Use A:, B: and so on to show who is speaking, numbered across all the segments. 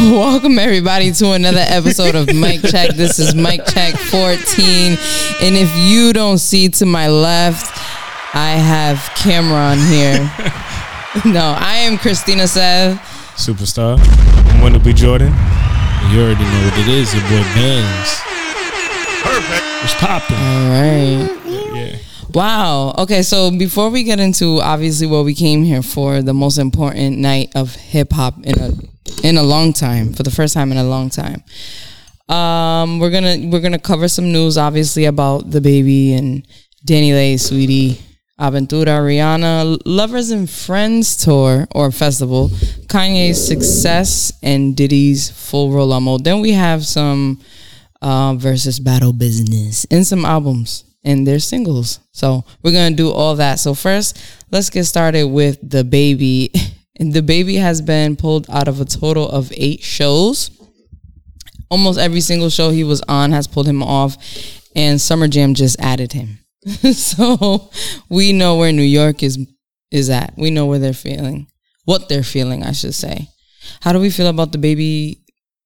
A: Welcome everybody to another episode of Mike Check. This is Mike Check 14. And if you don't see to my left, I have Cameron here. no, I am Christina Sev.
B: Superstar. I'm Wendell B. Jordan. And you already know what it is, your boy Benz. Perfect. It's popping.
A: All right.
B: Yeah.
A: Wow. Okay, so before we get into obviously what we came here for, the most important night of hip hop in a in a long time, for the first time in a long time. Um, we're gonna we're gonna cover some news obviously about the baby and Danny Lay, Sweetie, Aventura, Rihanna, Lovers and Friends tour or festival, Kanye's success, and Diddy's full roll on mode. Then we have some uh, versus battle business and some albums and their singles. So we're gonna do all that. So first, let's get started with the baby. And the baby has been pulled out of a total of eight shows almost every single show he was on has pulled him off, and Summer Jam just added him. so we know where New York is is at. We know where they're feeling, what they're feeling, I should say. How do we feel about the baby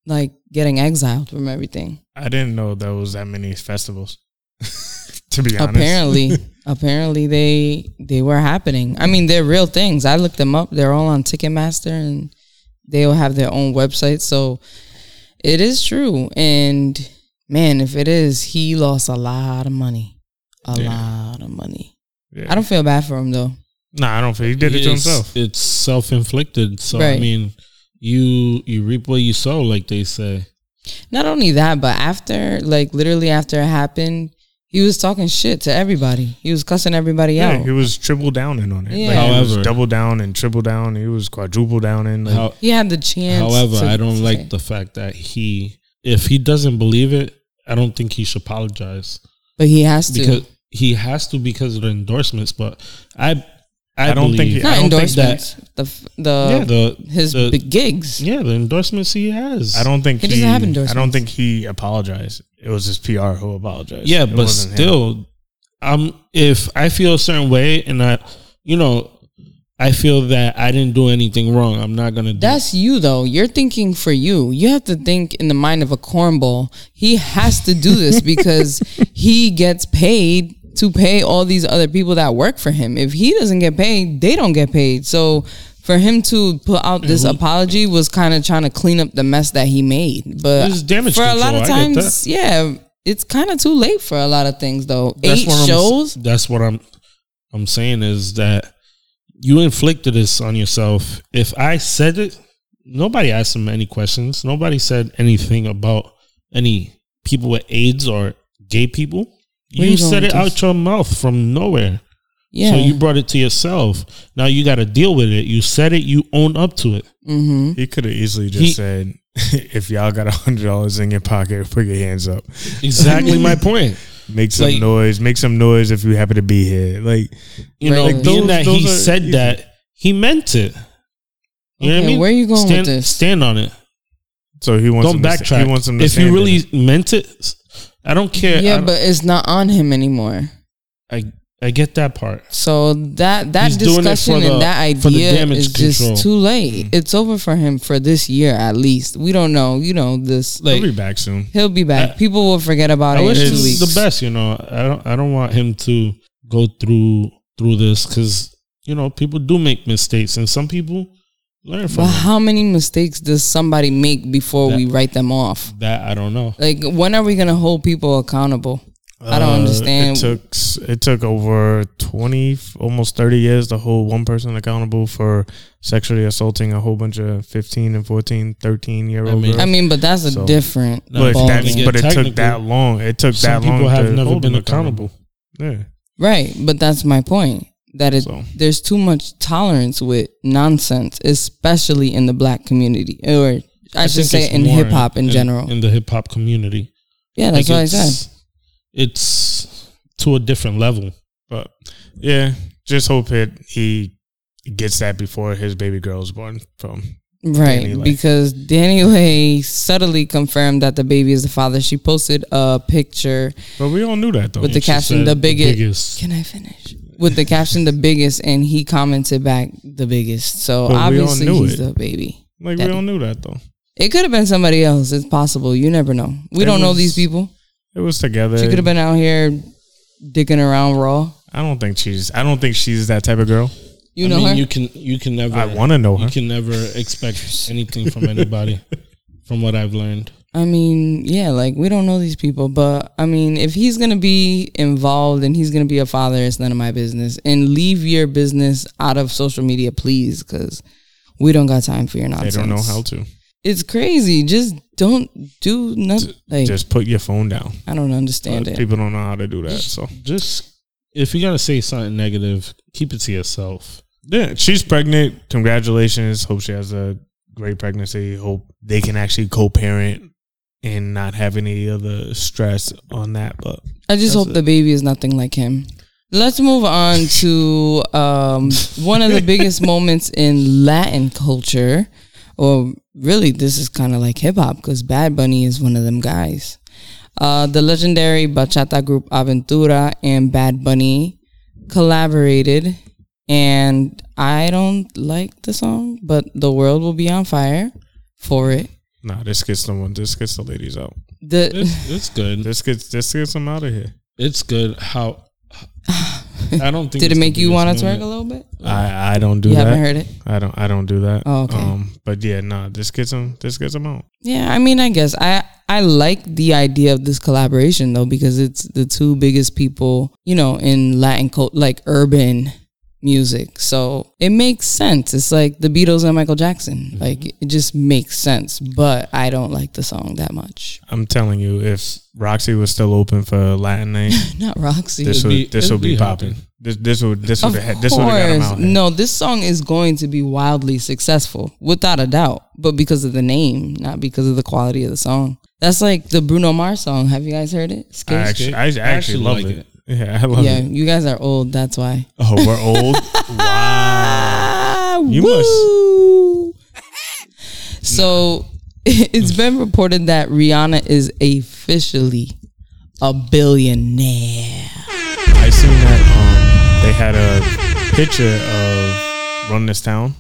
A: like getting exiled from everything?
B: I didn't know there was that many festivals. to be honest.
A: Apparently, apparently they they were happening. I mean, they're real things. I looked them up. They're all on Ticketmaster, and they'll have their own website. So it is true. And man, if it is, he lost a lot of money, a
B: Yeah.
A: lot of money.
B: Yeah.
A: I don't feel bad for him though.
B: Nah, I don't feel he did it to
C: It's-
B: himself.
C: It's self inflicted. So I
A: Right.
C: mean, you you reap what you sow, like they say.
A: Not only that, but after like literally after it happened, he was talking shit to everybody. He was cussing everybody
B: Yeah,
A: out.
B: he was triple downing on it.
A: Yeah.
B: Like, he
C: However-
B: was double down and triple down. He was quadruple down in. Like,
C: How,
A: He had the chance.
C: however,
A: to
C: I don't
A: say-
C: like the fact that he, if he doesn't believe it, I don't think he should apologize
A: but he has to.
C: because he has to because of the endorsements. But I, I,
B: I don't think
C: believe
B: he- I
A: not
B: don't think
A: endorsements. The f-
C: yeah,
A: the
C: the
A: his
C: the-
A: big gigs.
C: yeah the endorsements he has.
B: I don't think
A: He
B: he.
A: doesn't have
B: I don't
A: endorsements.
B: think he apologized. It was his PR who apologized.
C: Yeah,
B: It
C: but
B: wasn't him.
C: still, um, if I feel a certain way and I, you know, I feel that I didn't do anything wrong, I'm not gonna do.
A: That's you though. You're thinking for you. You have to think in the mind of a cornball. He has to do this because he gets paid to pay all these other people that work for him. If he doesn't get paid, they don't get paid. So for him to put out this
C: Mm-hmm.
A: apology was kind of trying to clean up the mess that he made. But
C: This is damage
A: Uh, for a lot of
C: control. I get
A: times, yeah, it's kind of too late for a lot of things though. Eight
C: what I'm s-
A: shows.
C: that's what I'm I'm saying is that you inflicted this on yourself. If I said it, nobody asked him any questions. Nobody said anything about any people with AIDS or gay people.
A: Where
C: you
A: you going
C: said
A: with
C: it out
A: this?
C: your mouth from nowhere.
A: yeah.
C: So you brought it to yourself. Now you got to deal with it. You said it. You own up to it.
A: mm-hmm.
B: He could have easily just
C: He-
B: said, "If y'all got a hundred dollars in your pocket, put your hands up.
C: Exactly my point.
B: Make some
C: Like-
B: noise. Make some noise if you happen to be here." Like,
C: You know,
A: Right.
B: Those-
C: being that he
B: those are
C: said
B: easy.
C: that, he meant it. You know
A: Okay,
C: what I mean?
A: where you going with
C: stand,
A: this?
C: Stand on it.
B: so he wants.
C: Don't
B: him to sta-
C: backtrack.
B: he wants him to
C: if you
B: stand
C: really
B: in it.
C: meant it, s- I don't care.
A: yeah,
C: I, don't-
A: but it's not on him anymore.
C: I I get that part.
A: So that that
C: He's doing it
A: discussion
C: for the-
A: and that idea
C: for the damage
A: is
C: control. Mm.
A: just too late. It's over for him for this year at least. We don't know. You know this.
C: Like
B: he'll be back soon.
A: He'll be back. People will forget about
C: I
A: it
C: wish
A: in
C: him
A: two weeks.
C: the best. You know, I don't I don't want him to go through through this because you know people do make mistakes and some people learn from
A: But
C: them.
A: how many mistakes does somebody make before we write them off?
C: that. I don't know.
A: Like when are we gonna hold people accountable? I don't
B: Uh,
A: understand.
B: It took s- it took over twenty, almost thirty years to hold one person accountable for sexually assaulting a whole bunch of fifteen and 14, 13 year old.
C: I mean-
B: girls.
A: I mean, but that's a
B: So-
A: different.
C: No,
B: but,
A: ball
B: that's-
A: game.
C: again,
B: but it took
C: technically,
B: that long. It took
C: Some
B: that long.
C: people have
B: to
C: never
B: hold
C: been
B: them
C: accountable.
B: Yeah.
A: Right, but that's my point. That it
B: So.
A: there's too much tolerance with nonsense, especially in the black community, or I, should
C: think
A: say
C: it's
A: in
C: more
A: hip hop in, general.
C: in the hip hop community.
A: yeah, that's
C: Like,
A: what I
C: it's-
A: said.
C: It's to a different level.
B: But yeah, just hope it he gets that before his baby girl is born. From
A: Right,
B: Danny Lay.
A: because Danny Lay subtly confirmed that the baby is the father. She posted a picture
B: but we all knew that though.
A: with the
C: She
A: caption
C: said
A: "The biggest."
C: biggest.
A: Can I finish? With with the caption the biggest and he commented back the biggest. So
B: But we all
A: obviously
B: knew
A: he's
B: it.
A: the baby.
B: Like
A: That-
B: we all knew that though.
A: It could have been somebody else. It's possible. You never know. We
B: It
A: don't know
B: was-
A: these people.
B: It was together.
A: She could have been out here dicking around raw.
B: I don't think she's. I don't think she's that type of girl.
A: You
C: I
A: know
C: mean,
A: her?
C: you can you can never.
B: I want to know her.
C: You can never expect anything from anybody. From what I've learned,
A: I mean, yeah, like we don't know these people, but I mean, if he's gonna be involved and he's gonna be a father, it's none of my business. And leave your business out of social media, please, because we don't got time for your
B: They
A: nonsense.
B: don't know how to.
A: It's crazy. Just don't do nothing. Like
B: Just uh, put your phone down.
A: I don't understand
B: But
A: it.
B: People don't know how to do that. So
C: just if you're gonna say something negative, keep it to yourself.
B: yeah, she's pregnant. Congratulations. Hope she has a great pregnancy. Hope they can actually co-parent and not have any other stress on that. But
A: I just
B: That's
A: hope
B: it.
A: the baby is nothing like him. Let's move on to um, one of the biggest moments in Latin culture, or really, this is kind of like hip hop because Bad Bunny is one of them guys. Uh, the legendary bachata group Aventura and Bad Bunny collaborated, and I don't like the song, but the world will be on fire for it.
B: nah, this gets someone. This gets the ladies out.
A: The
C: It's, it's good.
B: This gets this gets them out of here.
C: It's good. How I don't think
A: did it
C: it's
A: make
C: the
A: you
C: biggest
A: want to twerk
C: moment.
A: a little bit?
B: I I don't do
A: You
B: that.
A: haven't heard it.
B: I don't I don't do that.
A: Oh, okay.
B: Um, but yeah, nah, this gets them. This gets them out.
A: Yeah, I mean, I guess I I like the idea of this collaboration though because it's the two biggest people you know in Latin cult like urban music, so it makes sense. It's like the Beatles and Michael Jackson,
B: Mm-hmm.
A: like it just makes sense. But I don't like the song that much.
B: I'm telling you, if Roxy was still open for Latin name,
A: Not Roxy.
B: this
C: It'd
B: would
C: be-
B: this
C: it'd
B: would be,
C: be
B: popping.
C: hopping.
B: This this would this would
A: of
B: have this would have got 'em
A: course,
B: out. here.
A: no. This song is going to be wildly successful, without a doubt. But because of the name, not because of the quality of the song. That's like the Bruno Mars song. Have you guys heard it?
B: I
A: Scared
B: actually
C: Skate.
B: I, actually
C: I actually
B: love
C: like
B: it. Yeah, I love
A: yeah,
B: it.
A: you guys are old. That's why.
B: Oh, we're old. wow.
A: Ah,
B: You
A: woo. So it's been reported that Rihanna is officially a billionaire.
B: I seen that um they had a picture of Run This Town,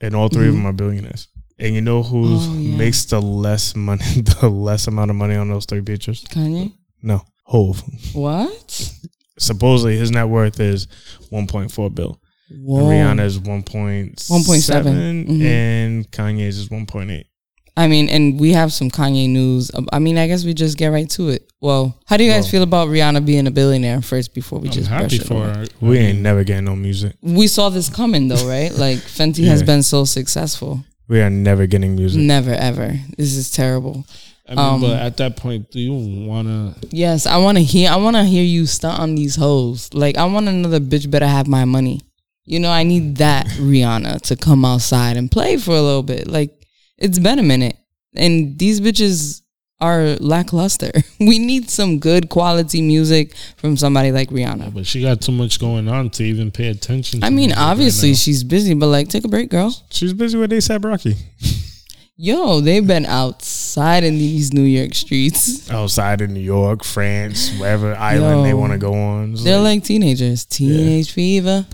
B: and all 3 of them are billionaires. And you know who
A: Oh, yeah.
B: makes the less money, the less amount of money on those three pictures?
A: Kanye,
B: No, Hove.
A: what?
B: supposedly his net worth is 1.4 bill.
A: Whoa.
B: Rihanna is 1.7
A: 1.7, mhm.
B: and Kanye's is 1.8.
A: I mean, and we have some Kanye news. Um, I mean, I guess we just get right to it. Well, how do you guys
B: Well-
A: feel about Rihanna being a billionaire first before we
C: I'm
A: just brush
C: happy
A: it
C: for
A: away?
C: her.
B: We ain't never getting no music.
A: We saw this coming though, right? Like Fenty has
B: Yeah.
A: been so successful.
B: We are never getting music.
A: Never ever. This is terrible.
C: I mean,
A: Um,
C: but at that point, do you wanna?
A: Yes, I want to hear. I want to hear you stunt on these hoes. Like I want another bitch better have my money. You know, I need that Rihanna to come outside and play for a little bit. Like it's been a minute, and these bitches are lackluster. We need some good quality music from somebody like Rihanna.
C: But she got too much going on to even pay attention. To
A: I mean,
C: music right
A: obviously
C: now.
A: she's busy, but like, take a break, girl.
B: She's busy with ASAP Rocky.
A: Yo, they've been outside in these New York streets.
B: Outside of New York, France, wherever island they
A: Yo.
B: want to go on. It's
A: They're
B: like-
A: like teenagers. Teenage fever.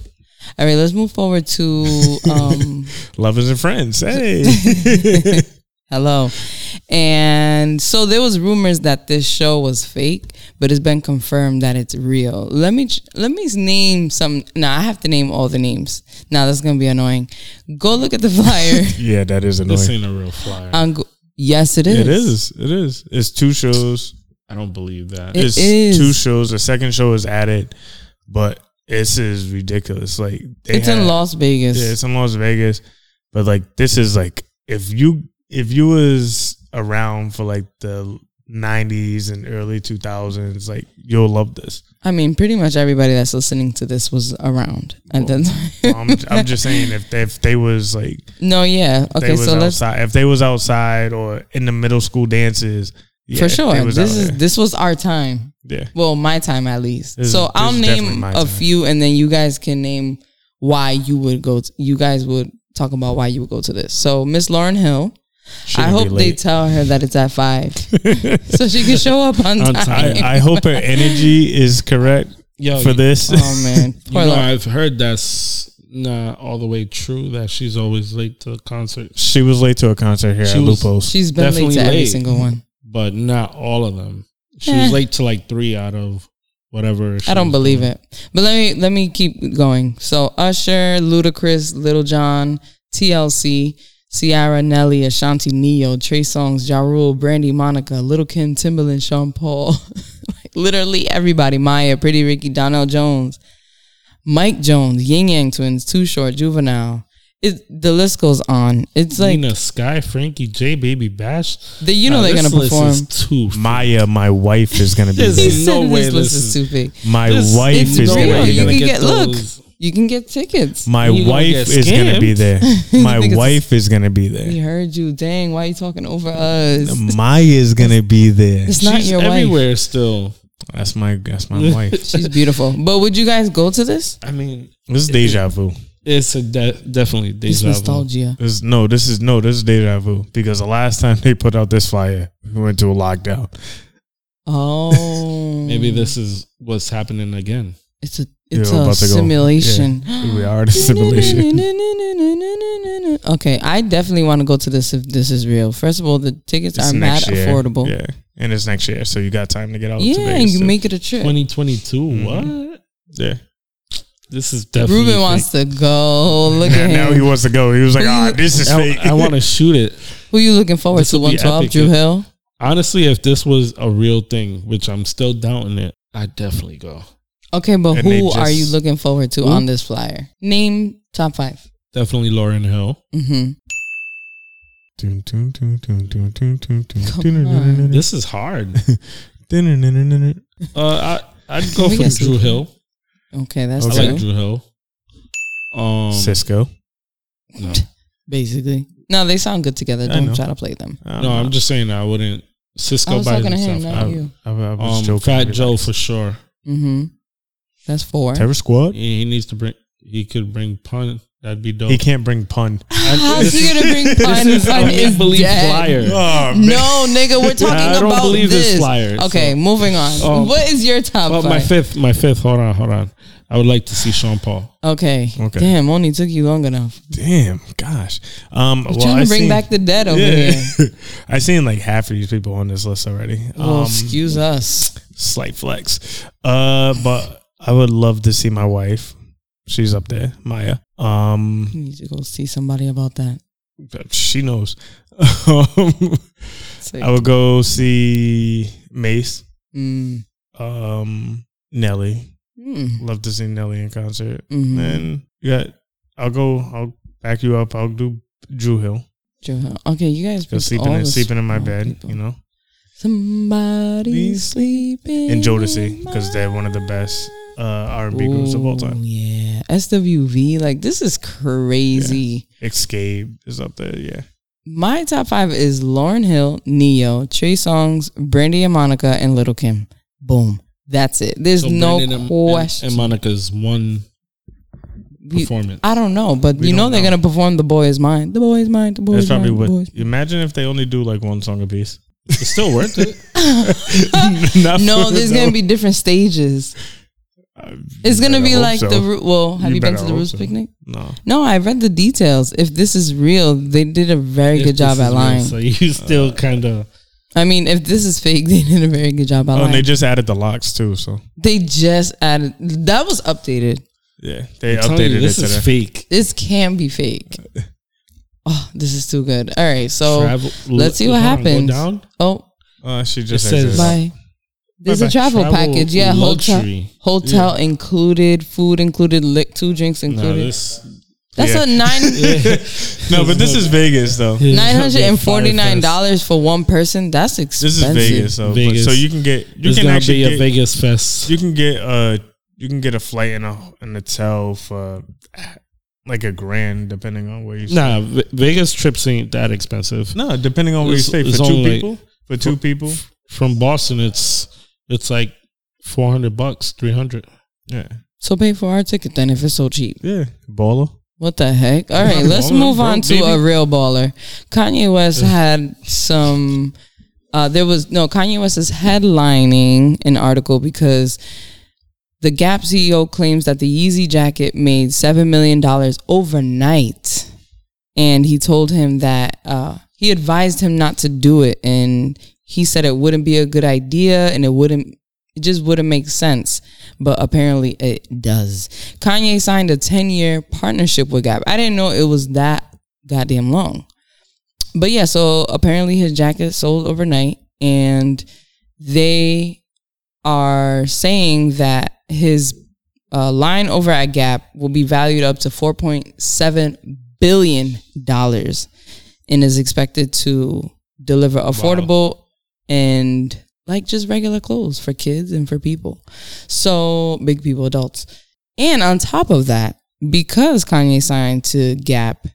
A: All right, let's move forward to um
B: lovers and friends. Hey.
A: Hello. And so there was rumors that this show was fake, but it's been confirmed that it's real. Let me ch- let me name some. No, I have to name all the names. Now that's gonna be annoying. Go look at the flyer.
B: yeah, that is annoying.
C: this ain't a real flyer.
A: on go- yes, it is.
B: It is. It is. It's two shows.
C: I don't believe that.
A: It
B: it's
A: is.
B: two shows. The second show is added, but this is ridiculous. Like they
A: It's
B: had-
A: in Las Vegas.
B: Yeah, it's in Las Vegas. But like this is like if you if you was around for like the nineties and early two thousands, like you'll love this.
A: I mean, pretty much everybody that's listening to this was around at the time.
B: I'm, I'm just saying if they, if they was like
A: no, yeah.
B: if they
A: Okay,
B: was
A: so let's
B: outside if they was outside or in the middle school dances yeah,
A: for
B: it
A: sure.
B: was
A: This
B: out
A: is
B: there.
A: this was our time.
B: yeah.
A: Well, my time at least.
B: This is-
A: so
B: this
A: I'll
B: is definitely
A: name
B: my
A: a
B: time.
A: few, and then you guys can name why you would go. To, you guys would talk about why you would go to this. So Miss Lauren Hill, I
B: Shouldn't be
A: hope they
B: late.
A: tell her that it's at five, so she can show up on,
C: On
A: time.
C: time.
B: I, I hope her energy is correct
C: Yo,
B: for this.
A: Oh man,
C: You
A: Poor
C: know,
A: Lo-
C: I've heard that's not all the way true. That she's always late to concerts,
B: she was late to a concert here
C: She
B: at
C: was-
B: Lupo's.
A: she's been late
C: Definitely
A: to every
C: late.
A: single one.
C: but not all of them. She
A: Eh.
C: was late to like three out of whatever. she
A: I don't
C: was
A: believe
C: doing.
A: it. But let me let me keep going. So Usher, Ludacris, Little John, TLC, Ciara, Nelly, Ashanti, Neo, Trey Songs, Ja Rule, Brandy, Monica, Little Kim, Timbaland, Sean Paul, like literally everybody. Maya, Pretty Ricky, Donnell Jones, Mike Jones, Ying Yang Twins, Too Short, Juvenile. It the list goes on. It's like
C: Nina Sky, Frankie J, Baby Bash.
A: the, you know
C: Nah,
A: they're gonna
C: this list
A: perform.
C: is too.
B: Maya, my wife is gonna be
C: This
A: He
B: late.
C: is-
A: said
C: no
A: this
C: way
A: list
C: this
A: is
C: is-
A: too big.
B: My
C: This-
B: wife
A: It's
B: is
A: real.
B: gonna
A: You
B: be
A: can
B: late.
A: get
C: those-
A: looked. You can get tickets.
B: My
C: you gonna
B: wife
C: get
B: is gonna be
C: scammed.
B: there. My
A: think it's-
B: wife is gonna be there.
A: We heard you. Dang, why you talking over us?
B: Maya is gonna be there.
A: It's not
C: She's
A: your wife.
C: everywhere still.
B: That's my that's my wife.
A: She's beautiful. But would you guys go to this?
C: I mean,
B: This is deja vu.
C: it's a de- definitely
A: It's
C: deja vu.
A: nostalgia.
B: This no, this is no, this is deja vu because the last time they put out this flyer, we went to a lockdown.
A: Oh,
C: Maybe this is what's happening again.
A: It's a
B: Yeah,
A: it's
B: we're
A: a
B: about to go.
A: simulation.
B: We are the simulation.
A: okay, I definitely want to go to this if this is real. First of all, the tickets
B: It's
A: are mad
B: next year.
A: affordable.
B: Yeah, and it's next year, so you got time to get out.
A: Yeah,
B: to
A: and
B: Vegas,
A: you
B: too.
A: make it a trip.
C: 2022.
B: Mhm.
C: What?
B: yeah.
C: This is definitely.
A: Ruben wants to go. Look
B: Now,
A: at
B: now he
A: him.
B: wants to go. He was like, "Ah, this is
C: I,
B: fake."
C: I want to shoot it.
A: Who you looking forward
C: This
A: to?
C: will be
A: One twelve,
C: epic.
A: Drew Hill.
C: Honestly, if this was a real thing, which I'm still doubting it, I'd definitely go.
A: Okay, but
B: And they
A: who are you
B: just-
A: looking forward to
C: Who?
A: on this flyer? Name top five.
C: Definitely Lauren Hill.
A: Mm-hmm.
B: Dun, dun, dun, dun, dun, dun, dun, dun,
A: Come
B: dun, dun, dun, dun,
C: This is hard.
B: dun, dun, dun, dun, dun, dun.
C: uh, I, I'd go
A: We
C: for
A: got some-
C: Drew Hill.
A: Okay, that's
B: Okay.
C: I
A: true.
C: like Drew Hill. Um,
B: Cisco.
C: no.
A: Basically, no, they sound good together.
B: I
A: Don't
B: know.
A: try to play them.
C: no, I'm just saying I wouldn't. Cisco
A: I was
C: by
A: talking to him,
C: himself.
A: not
B: I,
A: you.
B: I, I was
C: um,
B: joking.
C: Fat
B: Relax.
C: Joe for sure.
A: Mm-hmm. That's four.
B: Terror Squad.
C: He, he needs to bring. He could bring pun. That'd be dope.
B: He can't bring pun.
A: How's he gonna bring
C: This
A: pun?
C: is an
A: Pun is
C: unbelievable
A: dead.
C: flyer.
B: Oh,
A: No, nigga, we're talking
C: I don't
A: about
C: believe
A: this.
C: this flyer, so-
A: Okay, moving on.
C: Um,
A: what is your top
C: Oh, my
A: five?
C: fifth, my fifth. Hold on, hold on. I would like to see Sean Paul.
A: okay.
B: Okay.
A: Damn, only took you long enough.
B: Damn, gosh. Um,
A: We're
B: well,
A: trying
B: I
A: to bring
B: seen,
A: back the dead over here.
B: I seen like half of these people on this list already.
A: Well,
B: Um,
A: excuse us.
B: slight flex. Uh, but I would love to see my wife. She's up there, Maya. Um,
A: You need to go see somebody about that.
B: she knows. um,
A: Sick.
B: I would go see Mace.
A: Mm.
B: Um, Nelly.
A: Mm.
B: Love to see Nelly in concert.
A: Mhm.
B: And you got. Mm-hmm. I'll go. I'll back you up. I'll do Drew Hill.
A: Johan. Okay, you guys
B: Go
A: picked
B: sleeping
A: all
B: and
A: the
B: sleeping in my
A: small
B: bed.
A: people.
B: You know.
A: Somebody
B: Please.
A: sleeping. in
B: and Jodeci because they're one of the
A: my-
B: best uh, R and B groups of all time.
A: Ooh, Yeah, SWV. Like this is crazy.
B: Escape is up there, yeah.
A: My top five is Lauren Hill, Neo, Trey Songs, Brandy and Monica, and Little Kim. Boom. That's it. There's
C: So
A: no
C: Brandon and- and-
A: question.
C: And Monica's one
A: We-
C: performance.
A: I don't know, but
B: We
A: you know
B: don't
A: they're
B: know.
A: gonna perform "The Boy Is Mine." The boy is mine. The boy
B: That's
A: is mine.
B: probably
A: the boy
B: what.
A: is-
B: Imagine if they only do like one song a piece.
C: It's still worth it.
B: Not
A: No,
B: for-
A: there's gonna be different stages.
B: Uh,
A: It's
B: you
A: gonna
B: better
A: be
B: hope
A: like
B: so.
A: the Ru- well. Have you,
B: You
A: been
B: better
A: to the
B: hope
A: Roots
B: so.
A: picnic?
B: no.
A: No, I read the details. If this is real, they did a very
C: If
A: good
C: this
A: job
C: is
A: at
C: real,
A: lying.
C: So you
B: Uh,
C: still kind of
A: I mean, if this is fake, they did a very good job at
B: Oh,
A: lying.
B: and they
A: They,
B: just added the locks too. So
A: just added that was updated.
B: yeah, they updated
C: updated you,
B: it
C: this is
B: today.
C: fake.
A: This can be fake. Oh, this is too good. All right, so
C: Travel-
A: let's see
C: look-
A: what
C: hold on, go
A: happens.
C: down.
A: oh,
B: Uh, she just
C: It says
B: exited.
A: bye. There's a
B: Bye-bye.
A: travel, package. Yeah, hotel,
C: luxury.
A: hotel included, food included, lick two drinks
C: No,
A: included.
C: this
A: That's
B: Yeah.
A: a nine.
B: no, but this is Vegas though.
A: Nine hundred and forty nine dollars for one person. That's
B: This is
A: expensive.
B: Vegas, so but-
C: Vegas.
B: so you can get you
C: This is
B: can
C: gonna
B: actually
C: be a
B: get,
C: Vegas fest.
B: you can get uh you can get a flight and a and a hotel for like a grand depending on where you. stay.
C: Nah, Ve- Vegas trips ain't that expensive.
B: No, depending on where
C: It's-
B: you stay. For
C: it's
B: two
C: only like-
B: people, for two people,
C: From Boston, it's it's like four hundred bucks, three hundred.
B: yeah,
A: So pay for our ticket then if it's so cheap.
B: yeah, baller.
A: What the heck? All right, let's
C: baller,
A: move
C: bro,
A: on to a
C: baby.
A: real baller. Kanye West had some. Uh, there was no Kanye West is headlining an article because The Gap CEO claims that the Yeezy jacket made $7 million overnight. And he told him that uh, he advised him not to do it. And he said it wouldn't be a good idea and it wouldn't, it just wouldn't make sense. But apparently it does. Kanye signed a 10 year partnership with Gap. I didn't know it was that goddamn long. But yeah, so apparently his jacket sold overnight and they are saying that his uh, line over at Gap will be valued up to 4.7 billion dollars and is expected to deliver affordable and like just regular clothes for kids and for people. So big people, adults. And on top of that, because Kanye signed to Gap,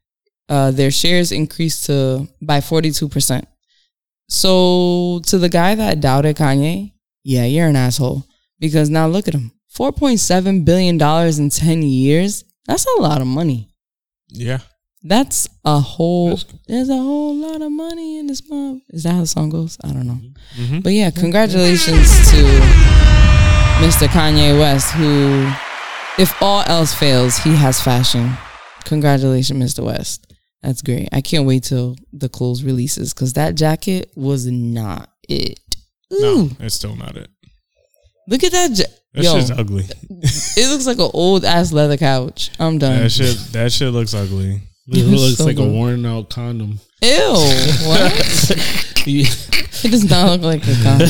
A: uh, their shares increased to by 42%. So to the guy that doubted Kanye, yeah, you're an asshole. Because now look at him. $4.7 billion in 10 years. That's a lot of money.
B: Yeah.
A: That's a whole, there's a whole lot of money in this mob. Is that how the song goes? I don't know.
B: Mhm.
A: But yeah, congratulations to Mr. Kanye West, who, if all else fails, he has fashion. Congratulations, Mr. West. That's great. I can't wait till the clothes releases because that jacket was not it. Ooh,
B: No, it's still not it.
A: look at that. Ja-
B: That
A: Yo,
B: shit's ugly.
A: it looks like an old ass leather couch. I'm done.
B: That shit. That shit looks ugly.
C: It
A: You're
C: looks
A: so
C: like a
A: good.
C: worn out condom.
A: Ew. What?
C: You-
A: it does not look like a condom.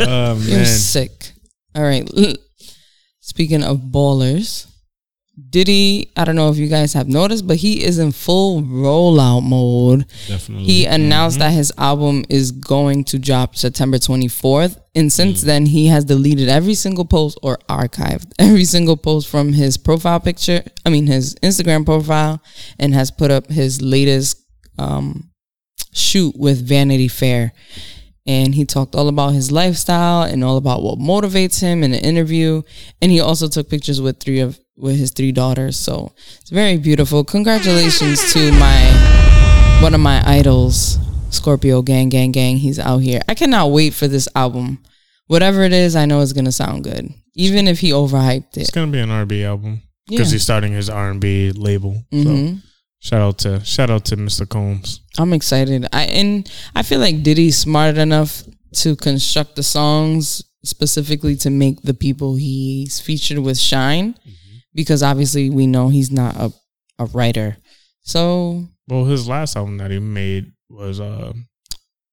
B: Oh
A: You're
B: man.
A: sick. All right. Speaking of ballers, Diddy, I don't know if you guys have noticed, but he is in full rollout mode.
C: Definitely.
A: He announced that his album is going to drop September 24th. And since then, he has deleted every single post or archived every single post from his profile picture, I mean, his Instagram profile, and has put up his latest um, shoot with Vanity Fair. And he talked all about his lifestyle and all about what motivates him in an interview. And he also took pictures with three of with his three daughters. So it's very beautiful. Congratulations to my one of my idols, Scorpio Gang Gang Gang. He's out here. I cannot wait for this album. Whatever it is, I know it's gonna sound good, even if he overhyped
B: It's
A: it.
B: gonna be an R&B album
A: Yeah.
B: because he's starting his R&B label. So
A: Mhm.
B: shout out to shout out to Mr. Combs.
A: I'm excited. I and I feel like Diddy's smart enough to construct the songs specifically to make the people he's featured with shine,
B: Mm-hmm.
A: because obviously we know he's not a a writer. So,
B: Well, his last album that he made was uh,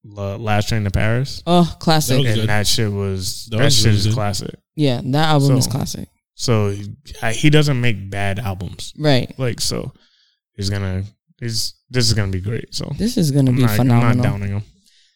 B: La- Last Train to Paris,
A: oh, classic.
C: was
B: and
C: good.
B: that shit was
C: That
B: that,
C: was
B: shit
C: really
B: is
C: good.
B: classic.
A: Yeah, that album
B: So-
A: is classic.
B: So he, I- he doesn't make bad albums.
A: Right.
B: Like so, he's gonna he's this is gonna be great. So
A: This is gonna
B: I'm
A: be
B: not, I'm
A: phenomenal.
B: not downing him.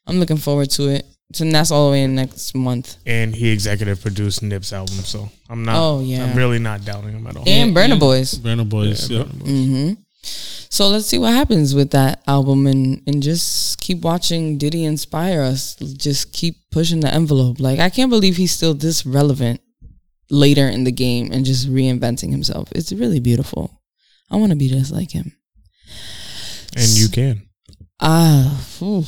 A: I'm looking forward to it. So that's all the way in next month.
B: And he executive produced Nip's album, so I'm not.
A: Oh, yeah.
B: I'm really not doubting him at all.
A: And Burner
C: yeah.
A: Boys.
C: Burner Boys.
B: Yeah,
C: yep.
A: hmm So let's see what happens with that album and, and just keep watching Diddy inspire us. Just keep pushing the envelope. Like, I can't believe he's still this relevant later in the game and just reinventing himself. It's really beautiful. I want to be just like him.
B: and you can,
A: Ah, phew,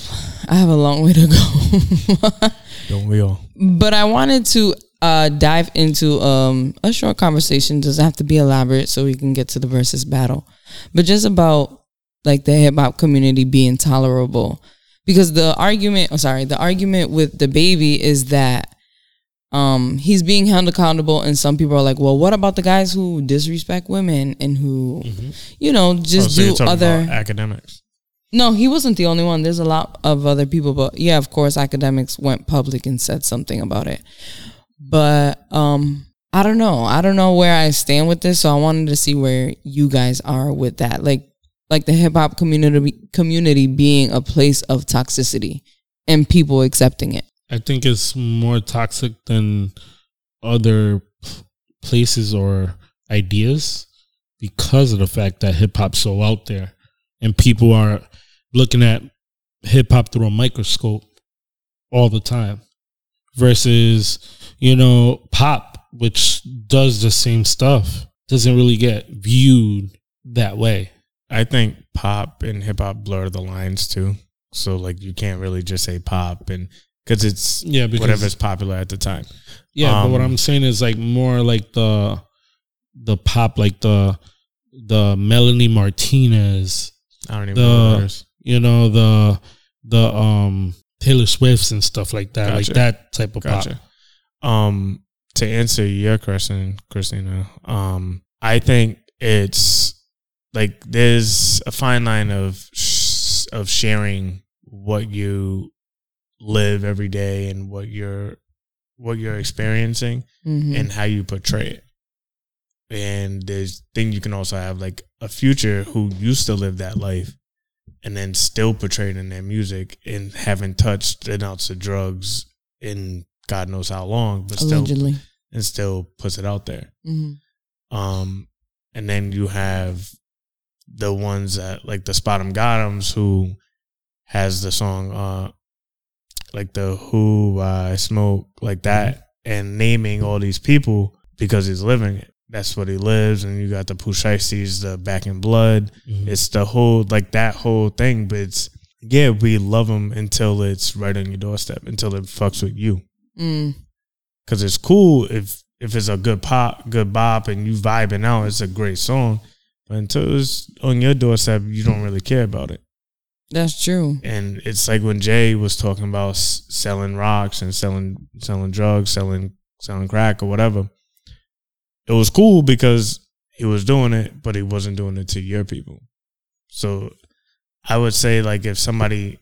A: I have a long way to go.
B: don't we all?
A: but I wanted to uh, dive into um, a short conversation. Doesn't have to be elaborate, so we can get to the versus battle. But just about like the hip hop community being tolerable, because the argument, oh, sorry, the argument with the baby is that um, he's being held accountable, and some people are like, well, what about the guys who disrespect women and who, you know,
B: Mm-hmm. Oh,
A: just
B: so you're
A: do
B: talking
A: other
B: about academics.
A: no, he wasn't the only one. There's a lot of other people, but yeah, of course, academics went public and said something about it. But um, I don't know. I don't know where I stand with this, so I wanted to see where you guys are with that. Like, like the hip hop community community being a place of toxicity and people accepting it.
C: I think it's more toxic than other p- places or ideas because of the fact that hip hop's so out there and people are looking at hip hop through a microscope all the time versus, you know, pop, which does the same stuff, doesn't really get viewed that way.
B: I think pop and hip hop blur the lines too. So like you can't really just say pop and because it's
C: Yeah, because
B: whatever's popular at the time.
C: Yeah, but what
B: Um,
C: I'm saying is like more like the the pop, like the the Melanie Martinez,
B: I don't even
C: The-
B: know. theirs.
C: you know, the the um Taylor Swifts and stuff like that,
B: Gotcha.
C: like that type of pop.
B: Gotcha. Um, to answer your question, Christina, um, I think it's like there's a fine line of sh- of sharing what you live every day and what you're what you're experiencing
A: Mhm.
B: and how you portray it. And there's then you can also have like a future who used to live that life and then still portrayed in their music and haven't touched and out to drugs in God knows how long, but still
A: allegedly.
B: and still puts it out there.
A: Mhm.
B: Um, and then you have the ones that like the Spottum Gottoms who has the song, uh, like the Who I Smoke, like that, and naming all these people because he's living it. That's what he lives. And you got the Pusheistes, the Back in Blood.
C: Mhm.
B: It's the whole like that whole thing. But it's yeah, we love them until it's right on your doorstep, until it fucks with you
A: Mm.
B: because it's cool if if it's a good pop, good bop, and you vibing out. It's a great song, but until it's on your doorstep, you don't really care about it.
A: That's true.
B: And it's like when Jay was talking about s- selling rocks and selling selling drugs, selling selling crack or whatever. It was cool because he was doing it, but he wasn't doing it to your people. So I would say like if somebody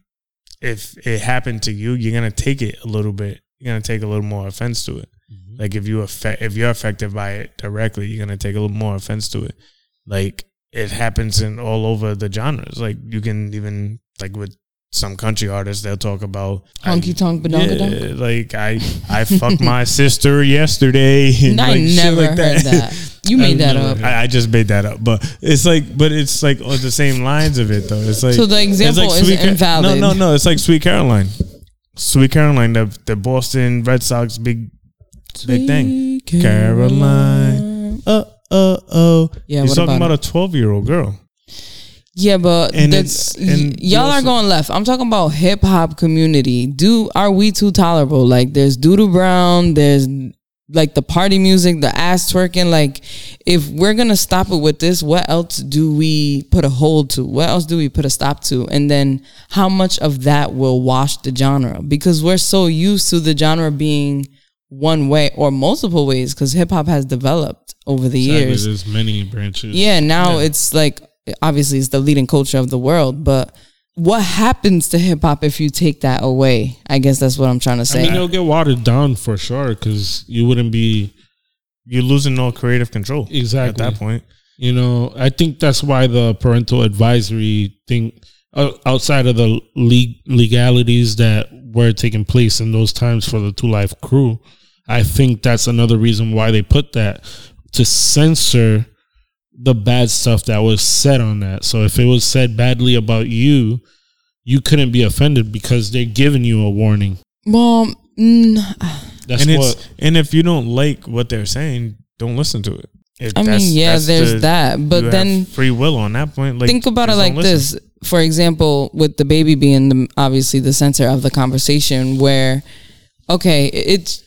B: if it happened to you, you're gonna take it a little bit. You're gonna take a little more offense to it.
C: Mhm.
B: Like if you affect if you're affected by it directly, you're gonna take a little more offense to it. Like it happens in all over the genres. Like you can even like with some country artists, they'll talk about
A: Honky tonk, but
B: yeah, like I I fucked my sister yesterday. and,
A: I
B: like, shit
A: never
B: like
A: heard that. You made that
C: never
A: up.
C: heard
B: I, I just made that up, but it's like, but it's like on the same lines of it though. It's like
A: So the
B: it's
A: example is
B: Sweet Ca-
A: invalid.
B: No, no, no. It's like Sweet Caroline, Sweet Caroline, the the Boston Red Sox big big thing.
A: Sweet
B: Caroline. Uh uh oh.
A: Yeah,
B: He's
A: what
B: talking
A: about
B: about, a twelve year old girl.
A: Yeah, but
B: And
A: that's
B: it's- and
A: y- y'all
B: you
A: are
B: also-
A: going left. I'm talking about hip hop community. Do are we too tolerable? Like there's Doodle Brown, there's like the party music, the ass twerking. Like if we're gonna stop it with this, what else do we put a hold to? What else do we put a stop to? And then how much of that will wash the genre? Because we're so used to the genre being one way or multiple ways because hip hop has developed over the
C: Exactly,
A: years.
C: There's many branches.
A: Yeah, now it's like obviously it's the leading culture of the world, but what happens to hip hop if you take that away? I guess that's what I'm trying to
C: I
A: say.
C: mean, it'll get watered down for sure because you wouldn't be
B: You're losing all creative control
C: exactly
B: at that point.
C: You know, I think that's why the parental advisory thing, o- outside of the leg- legalities that were taking place in those times for the Two Life crew, I think that's another reason why they put that to censor the bad stuff that was said on that. So if it was said badly about you, you couldn't be offended because they're giving you a warning.
A: Well, mm,
C: That's
B: and
C: what
B: it's and if you don't like what they're saying, don't listen to it. If
A: I mean,
B: that's-
A: yeah,
B: that's
A: there's
B: the-
A: that,
B: you
A: but
B: have
A: then
B: free will on that point. Like
A: think about it
B: just
A: like
B: don't listen.
A: this. For example, with the baby being the, obviously the center of the conversation, where okay, it's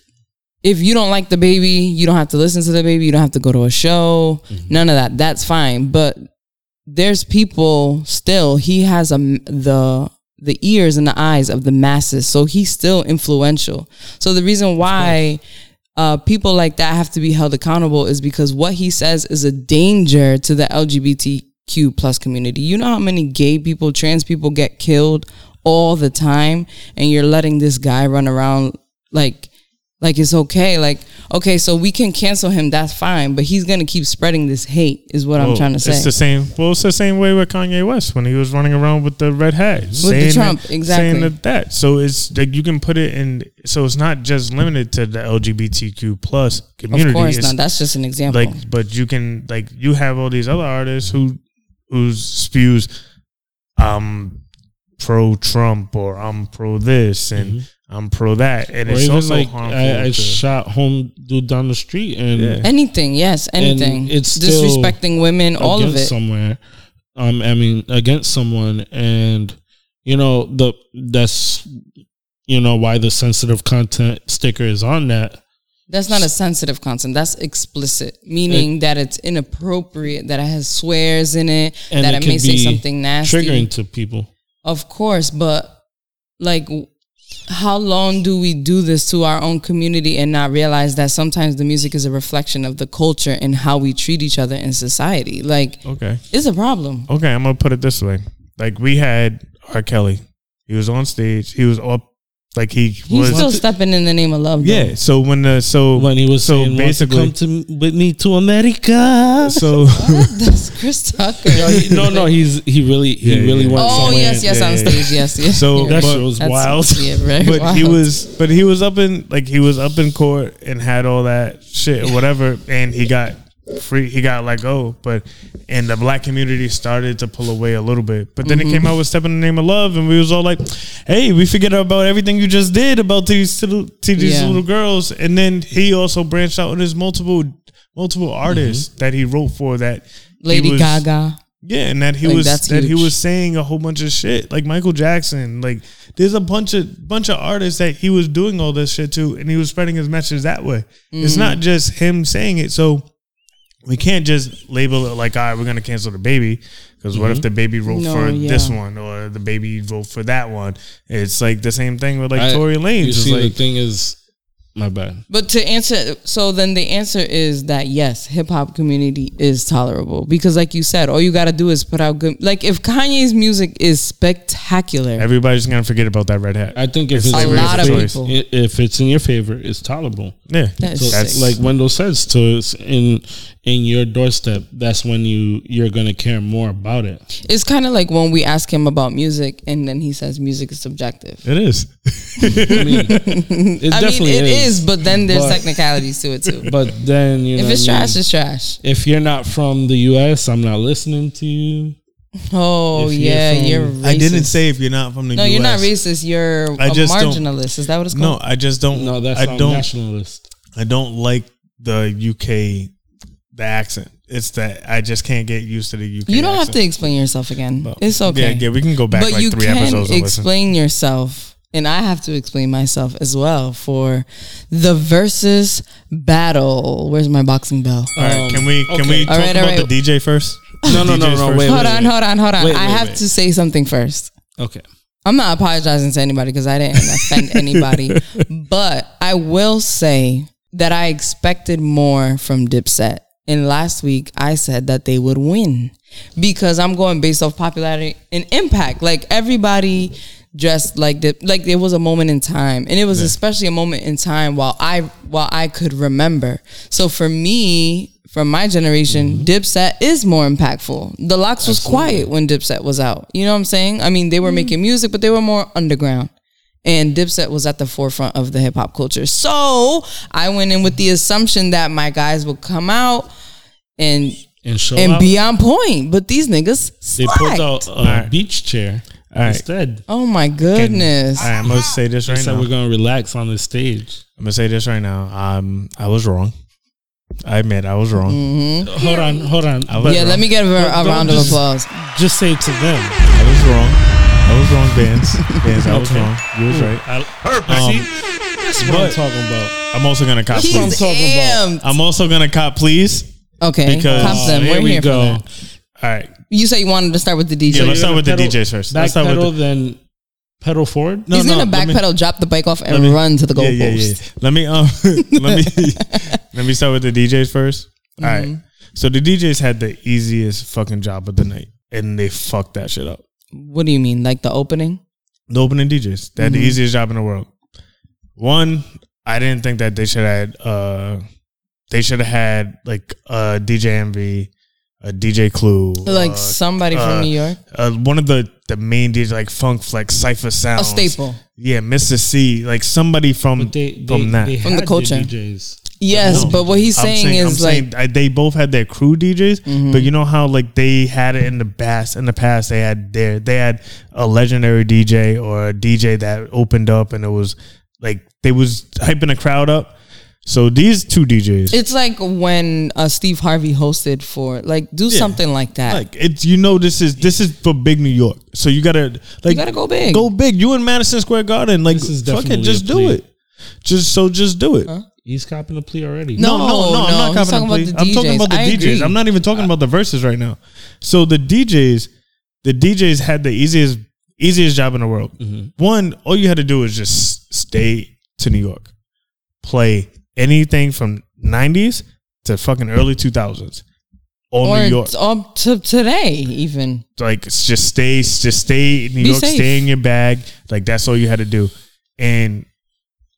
A: if you don't like the baby, you don't have to listen to the baby, you don't have to go to a show, none of that. That's fine, but there's people still. He has a m- the the ears and the eyes of the masses, so he's still influential. So the reason why uh, people like that have to be held accountable is because what he says is a danger to the LGBTQ plus community. You know how many gay people, trans people get killed all the time, and you're letting this guy run around like like it's okay. Like okay, so we can cancel him. That's fine, but he's gonna keep spreading this hate. Is what I'm
B: Well,
A: trying to say.
B: It's the same. Well, it's the same way with Kanye West when he was running around with the red hat, with
A: the Trump, exactly.
B: saying that, that. So it's like you can put it in. So it's not just limited to the LGBTQ plus community.
A: of course
B: It's
A: not. That's just an example.
B: like, but you can like you have all these other artists who who spews, um, pro Trump or I'm pro this and I'm pro that, and
C: Mm-hmm. or
B: it's
C: even
B: also
C: like
B: harmful.
C: I, I
B: to-
C: shot home dude down the street and
B: Yeah.
A: anything, yes, anything.
C: it's still
A: disrespecting women, all of
C: against
A: it.
C: somewhere. Um, I mean, against someone, and you know the that's you know, why the sensitive content sticker is on that.
A: That's not a sensitive content. That's explicit, meaning that it's inappropriate, that it has swears in it,
C: And
A: that
C: it
A: it,
C: could
A: may say
C: be
A: something nasty.
C: Triggering to people.
A: Of course, but like, w- how long do we do this to our own community and not realize that sometimes the music is a reflection of the culture and how we treat each other in society? Like,
B: Okay.
A: it's a problem.
B: Okay, I'm gonna put it this way. Like we had R. Kelly. He was on stage. He was up like he
A: He's
B: was
A: still stepping in the name of love. though.
B: Yeah. So when the so
C: When he was
B: so
C: saying,
B: basically
C: "Want to come to, with me to America.
B: so
A: That's Chris Tucker.
C: Yo, he- no, no, he's he really he
B: Yeah, yeah,
C: really
B: yeah.
C: wants.
A: Oh
C: someone-
A: yes, yes,
B: yeah,
A: on
B: yeah.
A: stage, yes, yes.
B: So
A: You're
C: that
A: right.
C: shit was
A: That's-
C: wild.
A: Yeah, very
B: but he
A: wild.
B: was but he was up in like he was up in court and had all that shit or whatever and he got free he got let go but and the black community started to pull away a little bit but then
A: Mm-hmm.
B: it came out with step in the name of love and we was all like hey we forget about everything you just did about these little to these
A: Yeah.
B: little girls and then he also branched out and there's multiple multiple artists that he wrote for that he
A: Mm-hmm. Lady
B: was-
A: Gaga.
B: yeah, and that he
A: Like,
B: was
A: that's
B: that he
A: huge.
B: was saying a whole bunch of shit, like Michael Jackson. Like there's a bunch of bunch of artists that he was doing all this shit to, and he was spreading his message that way. It's
A: Mm.
B: not just him saying it. So we can't just label it like, all right, we're gonna cancel the baby because what if the baby wrote
A: Mm-hmm. No,
B: for
A: yeah.
B: this one or the baby wrote for that one? It's like the same thing with like
C: I-
B: Tory Lanez.
C: You
B: It's
C: see, the
B: like,
C: thing is, my bad.
A: But to answer, so then the answer is that yes, hip hop community is tolerable because, like you said, all you got to do is put out good. Like if Kanye's music is spectacular,
B: everybody's gonna forget about that red hat.
C: I think if
B: It's
C: it's,
A: a
B: slavery is
A: lot of
B: choice.
A: people.
C: i- if it's in your favor, it's tolerable.
B: Yeah,
A: That
C: So
A: is
B: That's
A: sick.
C: like Wendell says to us in in your doorstep, that's when you you're gonna care more about it.
A: it's kind of like when we ask him about music and then he says music is subjective.
B: it is.
C: I mean, it
A: I mean,
C: definitely
A: it
C: is.
A: is, but then there's
C: But-
A: technicalities to it too.
C: But then you know,
A: If it's
C: what I mean?
A: trash, it's trash.
C: if you're not from the U.S., I'm not listening to you.
A: Oh
C: If you're
A: yeah,
C: from-
A: you're. Racist.
B: I didn't say if you're not from the
A: No,
B: US.
A: you're not racist. You're a
B: I just don't-
A: marginalist. Is that what it's called?
B: No, I just don't.
C: No, that's
B: I
C: not
B: don't.
C: nationalist.
B: I don't like the UK the accent. It's that I just can't get used to the UK.
A: You don't have
B: accent.
A: to explain yourself again. It's
B: Yeah,
A: okay.
B: yeah, we can go back
A: but
B: like
A: you
B: three
A: can
B: episodes and listen.
A: explain yourself, and I have to explain myself as well for the versus battle. Where's my boxing bell?
B: All right, can we can
C: okay.
B: we
A: All
B: talk
A: right, all
B: about
A: right.
B: the DJ first?
C: No, no, no,
B: DJs
C: no,
B: first.
C: wait,
A: hold on, hold on, hold on.
C: Wait,
A: I
C: wait,
A: have
C: wait.
A: to say something first.
C: Okay,
A: I'm not apologizing to anybody because I didn't offend anybody, but I will say that I expected more from Dipset. And last week I said that they would win because I'm going based off popularity and impact. Like everybody dressed like Dip, like it was a moment in time, and it was especially a moment in time while I while I could remember. So for me. From my generation, Dipset is more impactful. The Locks was quiet when Dipset was out. You know what I'm saying? I mean, they were making music, but they were more underground and Dipset was at the forefront of the hip hop culture. So I went in with the assumption that my guys would come out and
C: and show
A: and
C: out.
A: be on point, but these niggas
C: they pulled
A: slacked.
C: out a
B: right.
C: beach chair
B: All right.
C: instead.
A: Oh my goodness!
B: All right, I'm gonna say this
C: They
B: right
C: said
B: now.
C: we're gonna relax on the stage.
B: I'm gonna say this right now. Um, I was wrong. I admit I was wrong.
C: Hold on, hold on.
B: was-
A: yeah, let me give her a
C: don't
A: round of
C: just-
A: applause.
C: Just say to them.
B: I was wrong. I was wrong, Vance. Vance, I was
C: Okay.
B: wrong. You was right.
C: I,
B: Um,
C: that's what I'm talking about.
B: I'm also gonna cop.
A: He's
B: Please.
A: amped.
B: I'm also gonna cop. Please.
A: Okay,
B: Because-
A: comp them.
B: Oh,
A: We're
C: There we
A: here for
C: go.
A: that.
B: All right.
A: You said you wanted to start with the DJ.
B: Yeah, let's
C: You're
B: start with the
C: gonna
B: DJs first. Let's start with
C: Backpedal, then pedal forward.
B: No,
A: He's
B: no,
A: gonna
B: let me-
A: backpedal, drop the bike off, and run to the goalpost.
B: Let me um let me let me start with the DJs first. All right.
A: Mm-hmm.
B: So the DJs had the easiest fucking job of the night and they fucked that shit up.
A: What do you mean, like the opening?
B: The opening DJs. They had
A: Mm-hmm.
B: the easiest job in the world. One, I didn't think that they should have uh they should have had like a DJ MV, a DJ Clue.
A: Like
B: uh,
A: somebody
B: uh,
A: from New York,
B: uh, one of the the main DJs like Funk Flex, Cypher Sound.
A: a staple.
B: Yeah, Mr. C, like somebody from
C: But they, they,
B: from that.
C: they
A: From the
C: had
A: culture.
C: DJs.
A: Yes,
B: No.
A: but what he's
B: I'm
A: saying
B: I'm
A: is like Mm-hmm.
B: saying, I- they both had their crew DJs, but you know how like they had it in the past. In the past, they had their they had a legendary DJ or a DJ that opened up, and it was like they was hyping the crowd up. So these two DJs,
A: It's like when uh, Steve Harvey hosted for like do something like that.
B: like it's you know this is this is for big New York. So you gotta like
A: you gotta go big.
B: go big. You in Madison Square Garden, like
C: This is
B: fucking
C: definitely
B: just
C: a
B: do
C: plea.
B: it. Just so just do it.
C: He's copping a plea already.
A: No, no, he's
B: copping
A: talking
B: a
A: about
B: plea.
A: the
B: I'm talking
A: DJs.
B: about the
A: I
B: DJs.
A: agree.
B: I'm not even talking about the verses right now. So the DJs, the DJs had the easiest easiest job in the world.
A: Mm-hmm.
B: One, all you had to do was just stay to New York, play anything from '90s to fucking early 2000s, all
A: or
B: New York.
A: t- up to today even.
B: like it's just stay, just stay in New
A: Be
B: York,
A: safe.
B: stay in your bag. Like that's all you had to do. And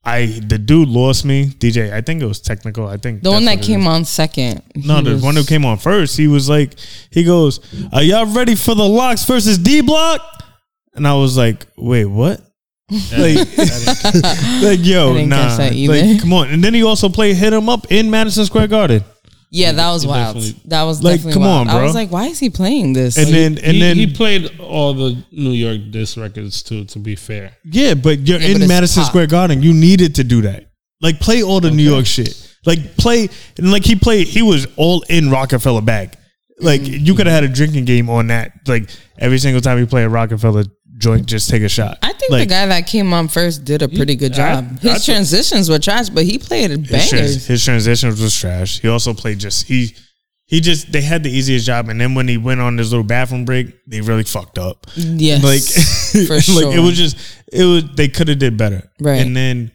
B: I, the dude lost me, DJ. I think it was technical. I think
A: The one
B: that's
A: that
B: what it is.
A: came on second.
B: No, the one who came on first, he was like, he goes, "Are y'all ready for the locks versus D Block?" And I was like, "Wait, what?" like, like,
A: I
B: yo,
A: didn't
B: nah,
A: catch that either.
B: like, come on. And then he also played "Hit 'Em Up" in Madison Square Garden,
A: Yeah, that was
C: It
A: wild.
C: definitely-
A: That was
B: Like,
A: definitely
B: come
A: wild.
B: on,
A: I
B: bro.
A: was like, why is he playing this?
B: and
A: Like,
B: then and
C: he,
B: then
C: he played all the New York disc records too. To be fair,
B: yeah, but you're
A: Yeah,
B: in
A: but it's
B: Madison
A: pop.
B: Square Garden. You needed to do that. Like, play all the New York shit. Like, play and like he played. He was all in Rockefeller bag. Like
A: Mm-hmm.
B: you could have had a drinking game on that. Like every single time you play a Rockefeller joint, just take a shot.
A: I think
B: Like,
A: the guy that came on first did a pretty good
C: I-
A: job.
B: I
A: His
B: thought-
A: transitions were trash, but he played
B: his,
A: bangers.
B: trans- his transitions was trash. He also played just he he just they had the easiest job, and then when he went on his little bathroom break, they really fucked up.
A: Yes,
B: Like,
A: for
B: like
A: sure.
B: it was just it was they could have did better.
A: Right.
B: and then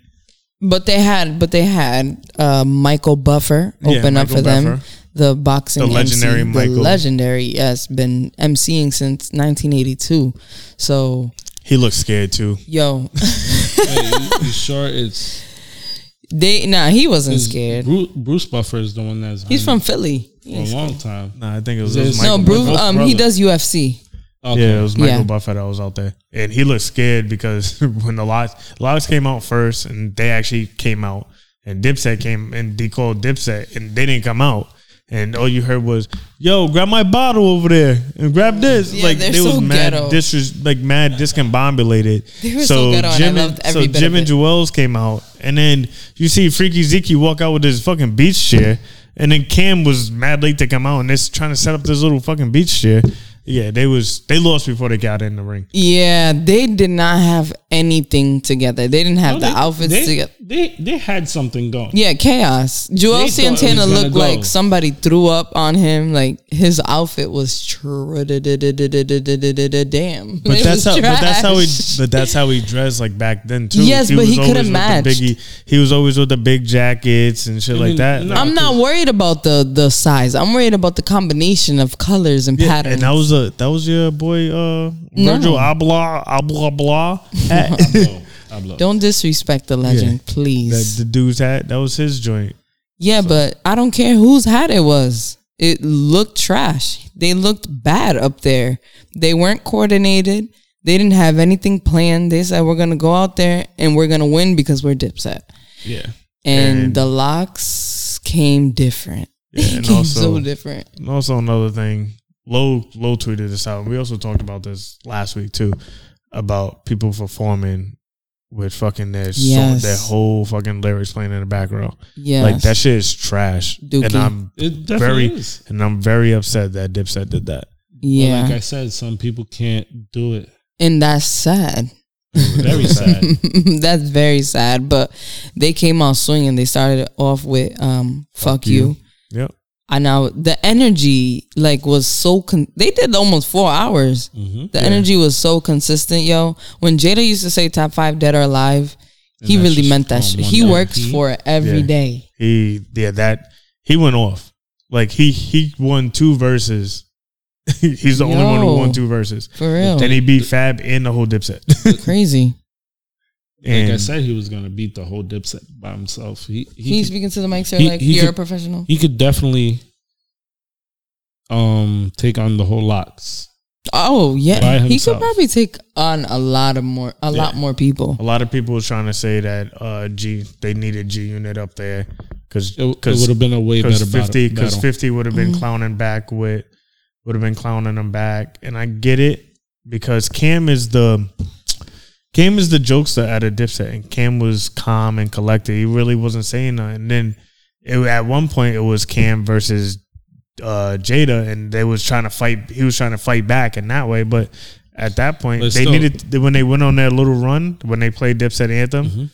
A: But they had, but they had uh, Michael Buffer
B: Yeah,
A: open up
B: Michael
A: for them.
B: Buffer.
A: The boxing,
B: The legendary
A: MC,
B: Michael.
A: the legendary, yes, been emceeing since 1982. So,
B: he looked scared too.
A: yo,
C: hey, you, you sure it's,
A: they nah, he wasn't
C: it's
A: scared.
C: Bruce, Bruce Buffer is the one that's
A: He's
C: been
A: from Philly. He ain't
C: for a long time.
B: No, I think it was,
C: Is
B: it was
C: this-
B: Michael.
A: No,
C: Buffer.
A: Bruce.
C: Both
A: Um, he
C: brothers.
A: does UFC.
C: Okay.
B: Yeah, it was Michael
A: Yeah.
B: Buffett that was out there, and he looked scared because when the locks locks came out first, and they actually came out, and Dipset came and they called Dipset, and they didn't come out, and all you heard was "Yo, grab my bottle over there and grab this."
A: Yeah,
B: like
A: they're
B: they was
A: so
B: mad,
A: ghetto.
B: this was like mad discombobulated.
A: They were so ghetto, and I loved every
B: so
A: bit
B: Jim
A: of
B: and
A: it.
B: Jewels came out, and then you see Freaky Zeke walk out with his fucking beach chair, and then Cam was mad late to come out, and this trying to set up this little fucking beach chair. Yeah, they was they lost before they got in the ring.
A: Yeah, they did not have anything together. They didn't have
C: No,
A: the
C: they-
A: outfits
C: they,
A: together.
C: They they had something going.
A: Yeah, chaos. Joel
C: They thought it was
A: Santana
C: gonna
A: looked
C: go.
A: like somebody threw up on him. Like his outfit was tr- damn.
B: But
A: It was
B: that's how. But that's how he.
A: trash.
B: But that's how he dressed like back then too.
A: Yes, but
B: was
A: he could've
B: always with the
A: matched.
B: biggie. He was always with the big jackets and shit like
C: mean,
B: that.
C: no.
B: Like,
A: I'm not worried about the the size. I'm worried about the combination of colors and patterns.
B: and that was a that was your boy uh, Virgil Abloh Abloh Abloh hat.
C: Ablo, Ablo.
A: Don't disrespect the legend,
B: that
A: please.
B: the dude's hat. That was his joint.
A: yeah, but I don't care whose hat it was. It looked trash. They looked bad up there. They weren't coordinated. They didn't have anything planned. They said we're gonna go out there and we're gonna win because we're dipset.
C: Yeah.
A: and,
B: And-
A: the locks came different.
B: Yeah,
A: they
B: and
A: came
B: also-
A: so different.
B: And also another thing, Low Low tweeted this out. We also talked about this last week too, about people performing with fucking their so-
A: Yes.
B: their whole fucking lyrics playing in the background.
A: Yeah,
B: Like that shit is trash.
A: Dookie.
B: And I'm
C: It definitely
B: very
C: is.
B: and I'm very upset that Dipset did that.
C: But
A: yeah,
C: Like I said, some people can't do it.
A: and that's sad.
C: Very sad.
A: that's very sad. But they came out swinging. They started off with um, "fuck, you.
B: you. Yep.
A: And now the energy like was so. Con- they did almost four hours.
C: Mm-hmm.
A: The energy was so consistent, yo. When Jada used to say "top five dead or alive," he
C: that's
A: really
C: just
A: meant that
C: from
A: shit.
C: one
A: He
C: guy.
A: works
C: He-
A: for it every
B: Yeah.
A: day.
B: He yeah, that he went off. Like he he won two verses. He's the only one who
A: Yo.
B: won two verses.
A: for real.
B: Then he beat Fab and the whole Dipset.
A: Crazy.
C: Like I
B: and
C: said, he was gonna beat the whole Dipset by himself. He
A: Can you
C: he could,
A: speaking to the mic, sir?
C: he-
A: like
C: he
A: you're
C: could-
A: a professional.
C: he could definitely um take on the whole locks.
A: Oh
C: By
A: yeah, he could
C: himself.
A: probably take on a lot of more, a lot more people.
B: A lot of people was trying to say that uh, G they needed G Unit up there because
C: It, it would have been a way better
B: fifty
C: battle.
B: because fifty would have been clowning back with would have been clowning them back, and I get it because Cam is the Cam is the jokester out of Dipset, and Cam was calm and collected. He really wasn't saying nothing. And then it, at one point, it was Cam versus uh, Jada, and they was trying to fight. He was trying to fight back in that way, but at that point,
C: But
B: they
C: still-
B: needed when they went on their little run when they played Dipset anthem.
C: Mhm.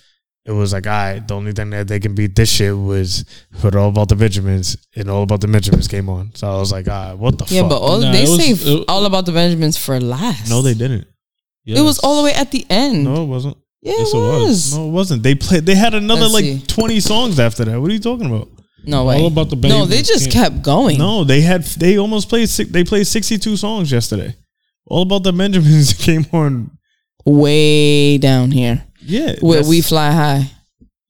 B: It was like, all right, the only thing that they can beat this shit was but all about the Benjamins, and all about the Benjamins came on. So I was like, all right, what the
A: Yeah,
B: fuck?
A: but all
C: Nah,
A: they
C: it was-
A: saved
C: it-
A: all about the Benjamins for last.
B: no, they didn't.
A: It was all the way at the end.
B: No, it wasn't.
A: yeah,
C: yes,
A: it
C: it was.
A: was.
B: No, it wasn't. They played. They had another
A: Let's
B: like
A: see.
B: twenty songs after that. What are you talking about?
A: No, way.
C: all about the baby.
A: no, they just kept going.
B: No, they had. They almost played. si- They played sixty-two songs yesterday. All about the Benjamins came on.
A: Way down here
B: Yeah,
A: where
B: that's-
A: we fly high.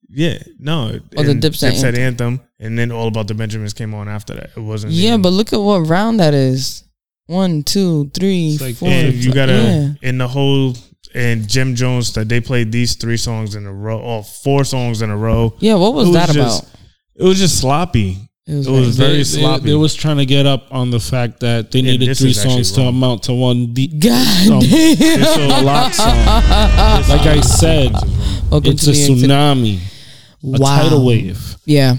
B: Yeah, no.
A: Or the
B: and
A: Dipset
B: anthem. and then all about the Benjamins came on after that. It wasn't.
A: Yeah,
B: even-
A: but look at what round that is. One, two, three,
C: It's like- eh,
A: four.
B: and you
A: Yeah.
B: gotta in the whole and Jim Jones that they played these three songs in a row or four songs in a row.
A: Yeah, what was,
B: It was
A: that
B: just-
A: about?
B: It was just sloppy. It
A: very-
B: was very sloppy.
C: They, was trying to get up on the fact that they
B: Yeah,
C: needed
B: this
C: three
B: is actually
C: songs to
B: wrong.
C: amount to one. De-
A: God
C: Um,
A: damn.
B: It's a lot song.
C: like I said,
A: Welcome
C: it's
A: to
C: a
A: New York City.
C: tsunami, a
A: Wow.
C: tidal wave.
A: Yeah.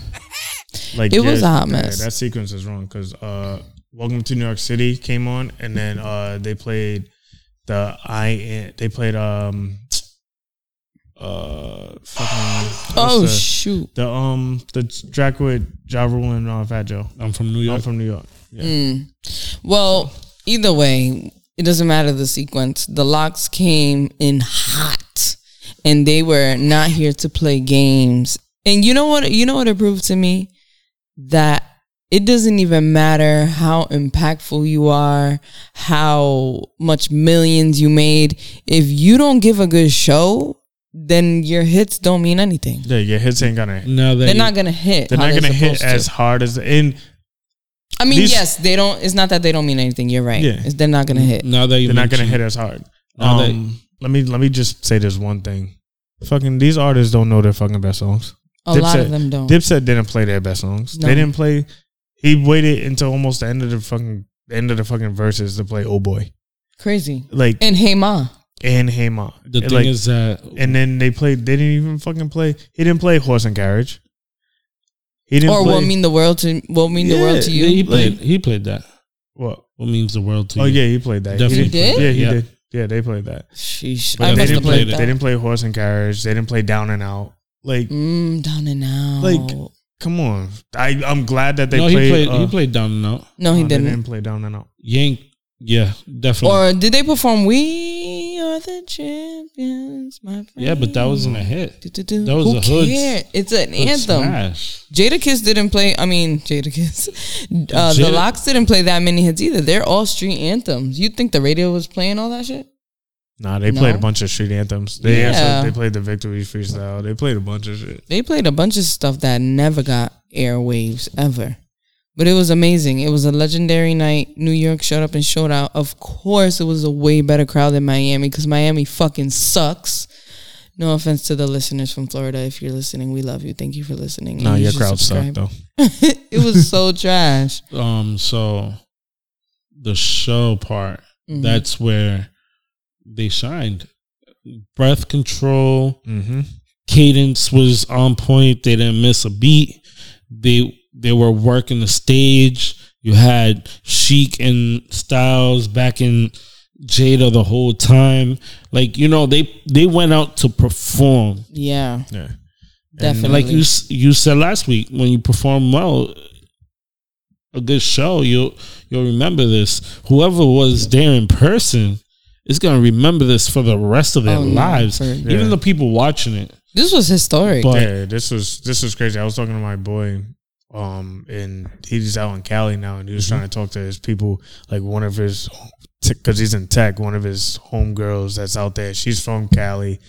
B: Like
A: It was a hot mess.
B: that sequence is wrong because uh, "Welcome to New York City" came on, and then uh, they played the I. Am- They played um, uh, fucking
A: Oh,
B: what's
A: shoot.
B: the, the um the track with Ja Rule and uh, Fat Joe.
C: I'm from New
B: I'm
C: York.
B: from New York. Yeah.
A: Mm. Well, either way, it doesn't matter the sequence. The locks came in hot and they were not here to play games. And you know what you know what it proved to me? That it doesn't even matter how impactful you are, how much millions you made. If you don't give a good show, then your hits don't mean anything.
B: Yeah, your hits ain't gonna.
C: Now that
A: They're not gonna hit.
B: They're
A: how
B: not gonna hit
A: supposed to.
B: as hard as and
A: I mean,
B: These-
A: yes, they don't. It's not that they don't mean anything. You're right.
B: Yeah.
A: It's they're not gonna hit.
C: now that you
B: they're not gonna
C: mention-
B: hit as hard.
C: Now that-
B: Um, let me let me just say this one thing. Fucking these artists don't know their fucking best songs.
A: A lot of
B: Dipset-
A: them don't.
B: Dipset didn't play their best songs.
A: No.
B: They didn't play. He waited until almost the end of the fucking the end of the fucking verses to play "Oh Boy,"
A: Crazy.
B: like
A: And
B: and,
A: Hey Ma,
B: "Hey Ma."
C: The
B: And,
C: thing
B: like,
C: is that
B: and then they played. They didn't even fucking play. He didn't play "Horse and Carriage." He didn't.
A: or
B: play,
A: What Mean the World to What Mean the
B: Yeah,
A: World to You.
C: he played. he played that.
B: What?
C: What means the world to
B: Oh
C: you?
B: yeah, he played that.
C: Definitely
B: He
A: played
B: did.
A: that.
B: Yeah, he
C: Yeah.
B: did. Yeah, they played that.
A: Sheesh.
C: But
A: I
B: they
A: must
B: didn't
A: have
B: play.
A: played
B: They
A: that.
B: didn't play "Horse and Carriage." They didn't play "Down and Out." Like,
A: Mm, down and out.
B: Like- come on. I I'm glad that they
C: no,
B: played.
C: he played.
B: uh,
C: he played down and out.
A: no, he
B: they
A: didn't.
B: didn't play "Down and Out."
C: Yank. Yeah, definitely.
A: Or did they perform "We Are the Champions"? My friend.
C: yeah, but that wasn't a hit.
A: Du-du-du.
C: that was
A: Who
C: a hood-
A: cared? It's an
C: It was
A: anthem.
C: smash.
A: Jada Kiss didn't play. I mean, Jada Kiss. Uh, the
C: Jada-
A: Locks didn't play that many hits either. They're all street anthems. You think the radio was playing all that shit?
B: Nah, they
A: No?
B: played a bunch of street anthems. They
A: Yeah.
B: answered, they played the victory freestyle. They played a bunch of shit.
A: They played a bunch of stuff that never got airwaves ever. But it was amazing. It was a legendary night. New York showed up and showed out. Of course, it was a way better crowd than Miami because Miami fucking sucks. No offense to the listeners from Florida. If you're listening, we love you. Thank you for listening.
B: Nah,
A: And you
B: your
A: should
B: crowd
A: subscribe.
B: sucked though.
A: it was so trash.
C: Um. So the show part.
A: Mhm.
C: That's where they shined. Breath control,
B: Mm-hmm.
C: cadence was on point. They didn't miss a beat. They they were working the stage. You had Chic and Styles back in Jada the whole time. Like you know, they they went out to perform.
A: yeah,
B: Yeah.
A: definitely.
C: And like you s- you said last week, when you perform well, a good show, you'll you'll remember this. Whoever was there in person is gonna remember this for the rest of their
A: Oh, no,
C: lives.
A: for-
B: Yeah.
C: Even the people watching it.
A: this was historic.
C: But-
B: yeah, this was this was crazy. I was talking to my boy, um, and he's out in Cali now, and he was trying to talk to his people. Like one of his, because he's in tech, one of his homegirls that's out there. She's from Cali,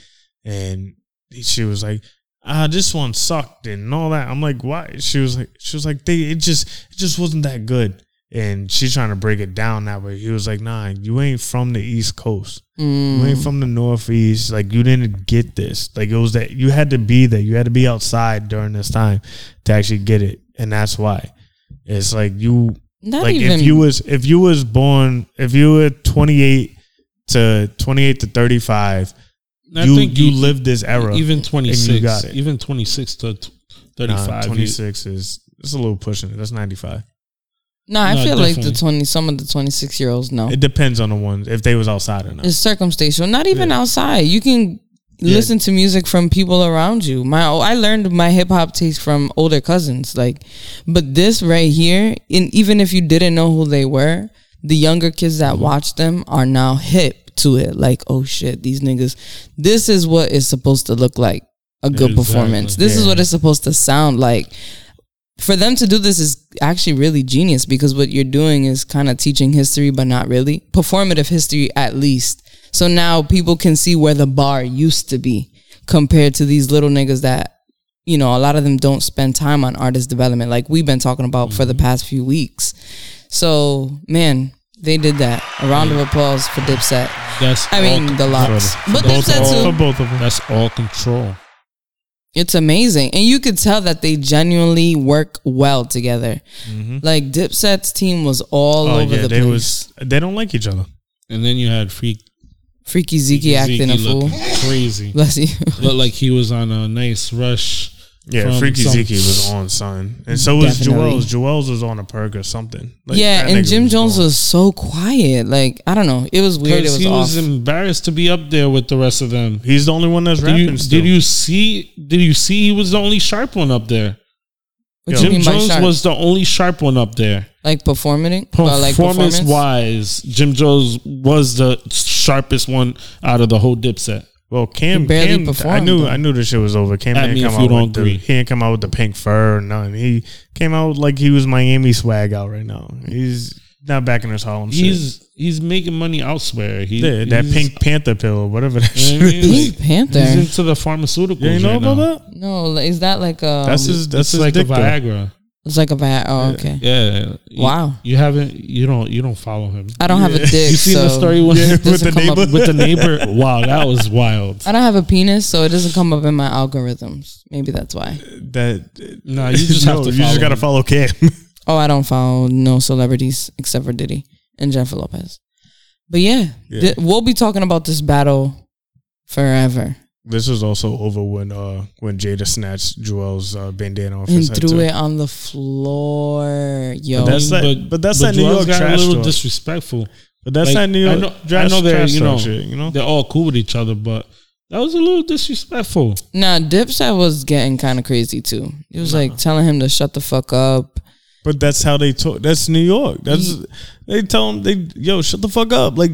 B: and he- she was like, "Ah, this one sucked and all that." I'm like, "Why?" She was like, "She was like, they it just it just wasn't that good." And she's trying to break it down that way. He was like, "Nah, you ain't from the East Coast."
A: Mm.
B: You ain't from the Northeast. Like you didn't get this. Like it was that you had to be there. You had to be outside during this time to actually get it, and that's why. It's like you,
A: Not
B: like
A: even
B: if you was if you was born if you were twenty eight to twenty eight to thirty five,
C: I
B: you
C: think
B: you
C: e-
B: lived this era.
C: even twenty
B: and you got
C: six,
B: it.
C: even twenty six to t- thirty
B: Nah,
C: five.
B: 26 is it's a little pushing. it. That's 95.
A: No, I
C: No,
A: feel like the
C: definitely.
A: twenty some of the twenty six year olds know.
B: It depends on the ones if they was outside or not.
A: Oh. It's circumstantial. Not even outside. You can
B: Yeah.
A: listen to music from people around you. My I learned my hip hop taste from older cousins. Like, but this right here, and even if you didn't know who they were, the younger kids
B: Mm-hmm.
A: that watch them are now hip to it. Like, oh shit, these niggas. This is what it's supposed to look like. A good
C: Exactly.
A: performance. This is
B: Yeah.
A: what it's supposed to sound like. For them to do this is actually really genius because what you're doing is kind of teaching history, but not really performative history at least. So now people can see where the bar used to be compared to these little niggas that, you know, a lot of them don't spend time on artist development like we've been talking about for the
B: Mm-hmm.
A: past few weeks. So, man, they did that. A round of applause for Dipset.
C: That's
A: I
C: all
A: mean, the
C: control.
A: locks. But
C: Both
A: Dipset
C: all-
A: too.
B: For both of them.
C: That's all control.
A: It's amazing. And you could tell that they genuinely work well together.
C: Mm-hmm.
A: Like Dipset's team was all
B: Oh
A: over
B: yeah,
A: the
B: they
A: place.
B: was they don't like each other.
C: And then you had freak
A: Freaky Zeke acting a
C: Zeke
A: fool.
C: looking crazy.
A: Bless you.
C: Looked like he was on a nice rush.
B: Yeah,
C: from
B: Freaky
C: some-
B: Zeke was on son, and so was
A: Definitely.
B: Joel's. Joel's was on a perk or something. Like,
A: yeah,
B: that
A: and
B: nigga
A: Jim Jones
B: gone.
A: was so quiet. Like I don't know, it was weird. It
C: Because
A: was
C: he
A: off.
C: was embarrassed to be up there with the rest of them.
B: He's the only one that's
C: Did
B: rapping.
C: you,
B: still.
C: did you see? Did you see? He was the only sharp one up there.
A: what you
B: Yo.
C: Jim
A: mean by
C: Jones
A: sharp?
C: was the only sharp one up there.
A: like performing, uh, like performance.
C: Performance wise, Jim Jones was the sharpest one out of the whole dipset.
B: Well, Cam
A: He barely
B: Cam, I
A: performed,
B: knew
A: though.
B: I knew this shit was over. Cam
C: At
B: didn't
C: me
B: come
C: if you
B: out
C: don't
B: with the,
C: agree.
B: he didn't come out with the pink fur or nothing. He came out like he was Miami swag out right now. He's not back in his Harlem shit.
C: He's he's making money elsewhere. He,
B: Yeah, that
C: he's-
B: pink panther pill, or whatever that
C: You
B: shit.
C: know what I mean?
B: is.
A: Pink Panther.
C: He's into the pharmaceuticals.
B: You ain't know
C: right
B: about
C: now.
B: that?
A: no, like, is that like a?
B: That's his. That's
C: It's
B: his
C: like
B: dick
C: a
B: though.
C: Viagra.
A: It's like a bat. Oh, okay.
C: Yeah. You-
A: Wow.
C: You haven't. You don't. You don't follow him.
A: I don't have a dick.
C: You seen
A: so
C: the story with,
A: it doesn't
B: with the
A: come up-
B: neighbor?
C: with the neighbor? Wow, that was wild.
A: I don't have a penis, so it doesn't come up in my algorithms. Maybe that's why.
B: That
C: No, you just have
B: No,
C: to.
B: You just gotta
C: him.
B: follow Cam.
A: Oh, I don't follow no celebrities except for Diddy and Jennifer Lopez. But yeah,
B: Yeah.
A: thi- we'll be talking about this battle forever.
B: This was also over when uh when Jada snatched Joel's uh, bandana off his
A: and
B: head.
A: threw
B: too.
A: it on the floor. Yo,
B: But that's that. but that's that New York
C: Joel's got
B: trash
C: a little
B: talk.
C: disrespectful.
B: But that's
C: Like,
B: not New York.
C: I know- I
B: trash-
C: know they're,
B: trash
C: you
B: talk
C: know,
B: shit, you know.
C: They're all cool with each other, but that was a little disrespectful.
A: nah, Dipset was getting kind of crazy too. He was like telling him to shut the fuck up.
B: But that's how they talk. That's New York. That's
A: Mm.
B: they tell them they yo shut the fuck up. Like